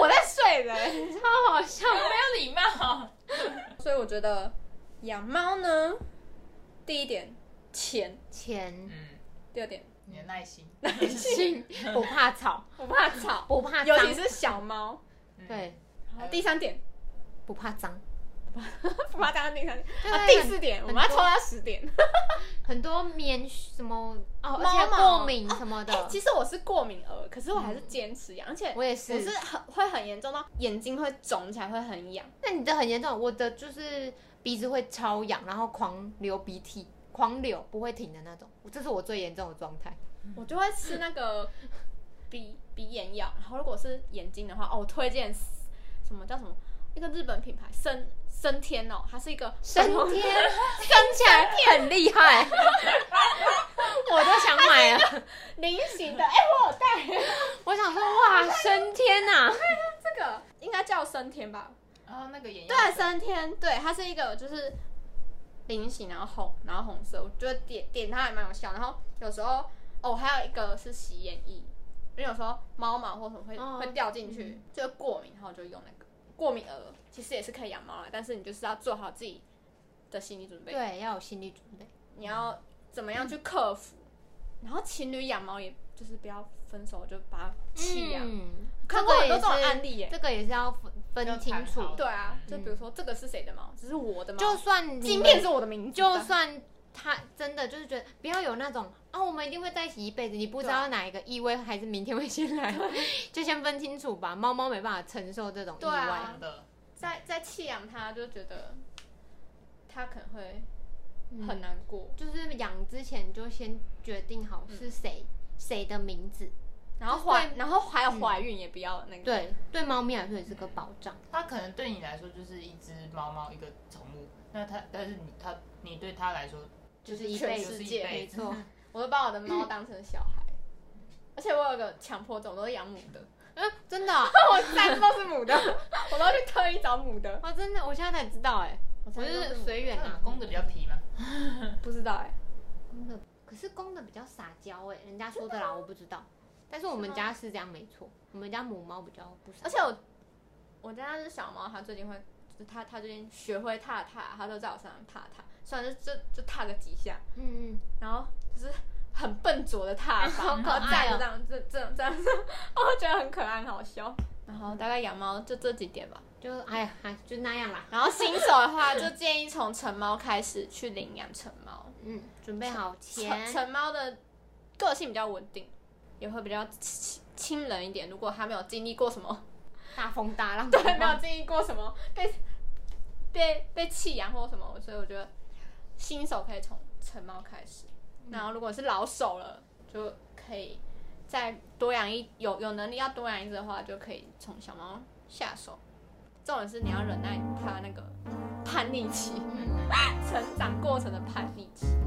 [SPEAKER 3] 我在睡呢、
[SPEAKER 5] 超 好笑。哦
[SPEAKER 4] 没有礼貌。
[SPEAKER 3] 所以我觉得养猫呢，第一点钱，
[SPEAKER 5] 钱、
[SPEAKER 4] 嗯，
[SPEAKER 3] 第二点
[SPEAKER 4] 你的耐心，
[SPEAKER 5] 性，不怕吵，
[SPEAKER 3] 不怕吵，
[SPEAKER 5] 不怕
[SPEAKER 3] 尤
[SPEAKER 5] 脏
[SPEAKER 3] 其，是小猫。
[SPEAKER 4] 嗯，
[SPEAKER 5] 对，
[SPEAKER 3] 然后第三点
[SPEAKER 5] 不怕脏。
[SPEAKER 3] 不怕当第三点，
[SPEAKER 5] 对
[SPEAKER 3] 啊，
[SPEAKER 5] 对
[SPEAKER 3] 第四点
[SPEAKER 5] 很
[SPEAKER 3] 我们要
[SPEAKER 5] 多
[SPEAKER 3] 抽到十点。
[SPEAKER 5] 很多棉什么 哦，而
[SPEAKER 3] 猫
[SPEAKER 5] 且
[SPEAKER 3] 毛
[SPEAKER 5] 过敏什么
[SPEAKER 3] 哎、
[SPEAKER 5] 的，
[SPEAKER 3] 其实我是过敏儿，可是我还是坚持养，而且
[SPEAKER 5] 我也是
[SPEAKER 3] 嗯我是很会很严重到眼睛会肿起来，会很痒。
[SPEAKER 5] 那你的很严重，我的就是鼻子会超痒，然后狂流鼻涕，狂流不会停的那种，这是我最严重的状态。
[SPEAKER 3] 我就会吃那 个鼻鼻炎药，然后如果是眼睛的话，哦，我推荐什么叫什么一个日本品牌升升天哦，它是一个
[SPEAKER 5] 升天，升起来很厉害，我的
[SPEAKER 3] 型的，哎、我有带
[SPEAKER 5] 我想说，哇，升天啊呐、
[SPEAKER 3] 这个，应该叫升天吧？
[SPEAKER 4] 然后那个眼药
[SPEAKER 3] 对，升天，对，它是一个就是菱形，然后红，然后红色，我觉得点点它还蛮有效。然后有时候哦，还有一个是洗眼液，因为有时候猫毛或什么会、
[SPEAKER 5] 哦
[SPEAKER 3] 会掉进去，就会过敏，然后我就用那个过敏鹅，其实也是可以养猫啦，但是你就是要做好自己的心理准备，
[SPEAKER 5] 对，要有心理准备。
[SPEAKER 3] 你要怎么样去克服。然后情侣养猫也就是不要分手就把它弃养，
[SPEAKER 5] 嗯，
[SPEAKER 3] 看过很多这种
[SPEAKER 5] 这个也是
[SPEAKER 3] 案例耶、
[SPEAKER 5] 这个也是要分分清楚
[SPEAKER 4] 要。谈好
[SPEAKER 3] 对啊，就
[SPEAKER 5] 嗯
[SPEAKER 3] 比如说这个是谁的猫，这是我的猫，
[SPEAKER 5] 就算你
[SPEAKER 3] 即
[SPEAKER 5] 们
[SPEAKER 3] 便是我的名字，
[SPEAKER 5] 就算他真的就是觉得不要有那种啊，我们一定会在一起一辈子，你不知
[SPEAKER 3] 对啊
[SPEAKER 5] 道哪一个意外还是明天会先来， 就先分清楚吧。猫猫没办法承受这种意
[SPEAKER 3] 对啊
[SPEAKER 5] 外
[SPEAKER 4] 什，么的，
[SPEAKER 3] 在在弃养它，就觉得它可能会
[SPEAKER 5] 嗯
[SPEAKER 3] 很难过。
[SPEAKER 5] 就是养之前就先决定好是谁谁的名字。
[SPEAKER 3] 然后怀，然后还有怀孕也不要那个。
[SPEAKER 5] 对，对猫咪来说也是个保障。
[SPEAKER 4] 它可能对你来说就是一只猫猫一个宠物，那它但是你它你对它来说
[SPEAKER 5] 就是一
[SPEAKER 3] 全
[SPEAKER 5] 辈
[SPEAKER 4] 就
[SPEAKER 5] 子
[SPEAKER 4] 是
[SPEAKER 3] 世
[SPEAKER 4] 一
[SPEAKER 3] 界
[SPEAKER 4] 辈
[SPEAKER 5] 没
[SPEAKER 4] 子
[SPEAKER 5] 错，
[SPEAKER 3] 我都把我的猫当成小孩，而且我有个强迫症，我都是养母的，
[SPEAKER 5] 嗯， 真的 啊、
[SPEAKER 3] 我三只都 是母的， 我都去特意找母的。
[SPEAKER 5] 哇，哦真的，我现在才知道哎、
[SPEAKER 3] 我
[SPEAKER 5] 我就是随缘啊，
[SPEAKER 4] 公的比较皮嘛，
[SPEAKER 3] 不知道哎、
[SPEAKER 5] 公的，可是公的比较撒娇哎、人家说的啦，我不知道。但是我呃们家是这样没错，我们家母猫比较不撒
[SPEAKER 3] 而且我我家那只小猫，它最近会，就是它它最近学会踏踏，它都在我身上踏踏，虽然就就就踏个几下，
[SPEAKER 5] 嗯
[SPEAKER 3] 然后就是很笨拙的踏法，
[SPEAKER 5] 好可
[SPEAKER 3] 然后站
[SPEAKER 5] 爱
[SPEAKER 3] 着
[SPEAKER 5] 哦
[SPEAKER 3] 这样这这样这样， 我觉得很可爱，很好笑。然后大概养猫就这几点吧。
[SPEAKER 5] 嗯，就哎呀，哎就那样啦。
[SPEAKER 3] 然后新手的话，就建议从成猫开始去领养成猫。
[SPEAKER 5] 嗯，准备好
[SPEAKER 3] 成
[SPEAKER 5] 钱，
[SPEAKER 3] 成猫的个性比较稳定，也会比较亲亲人一点。如果它没有经历过什么，
[SPEAKER 5] 大风大浪。
[SPEAKER 3] 对，没有经历过什么被被被弃养或什么，所以我觉得新手可以从成猫开始。然后如果是老手了，就可以再多养一有有能力要多养一只的话，就可以从小猫下手。重点是 你要忍耐它那个叛逆期，成长过程的叛逆期。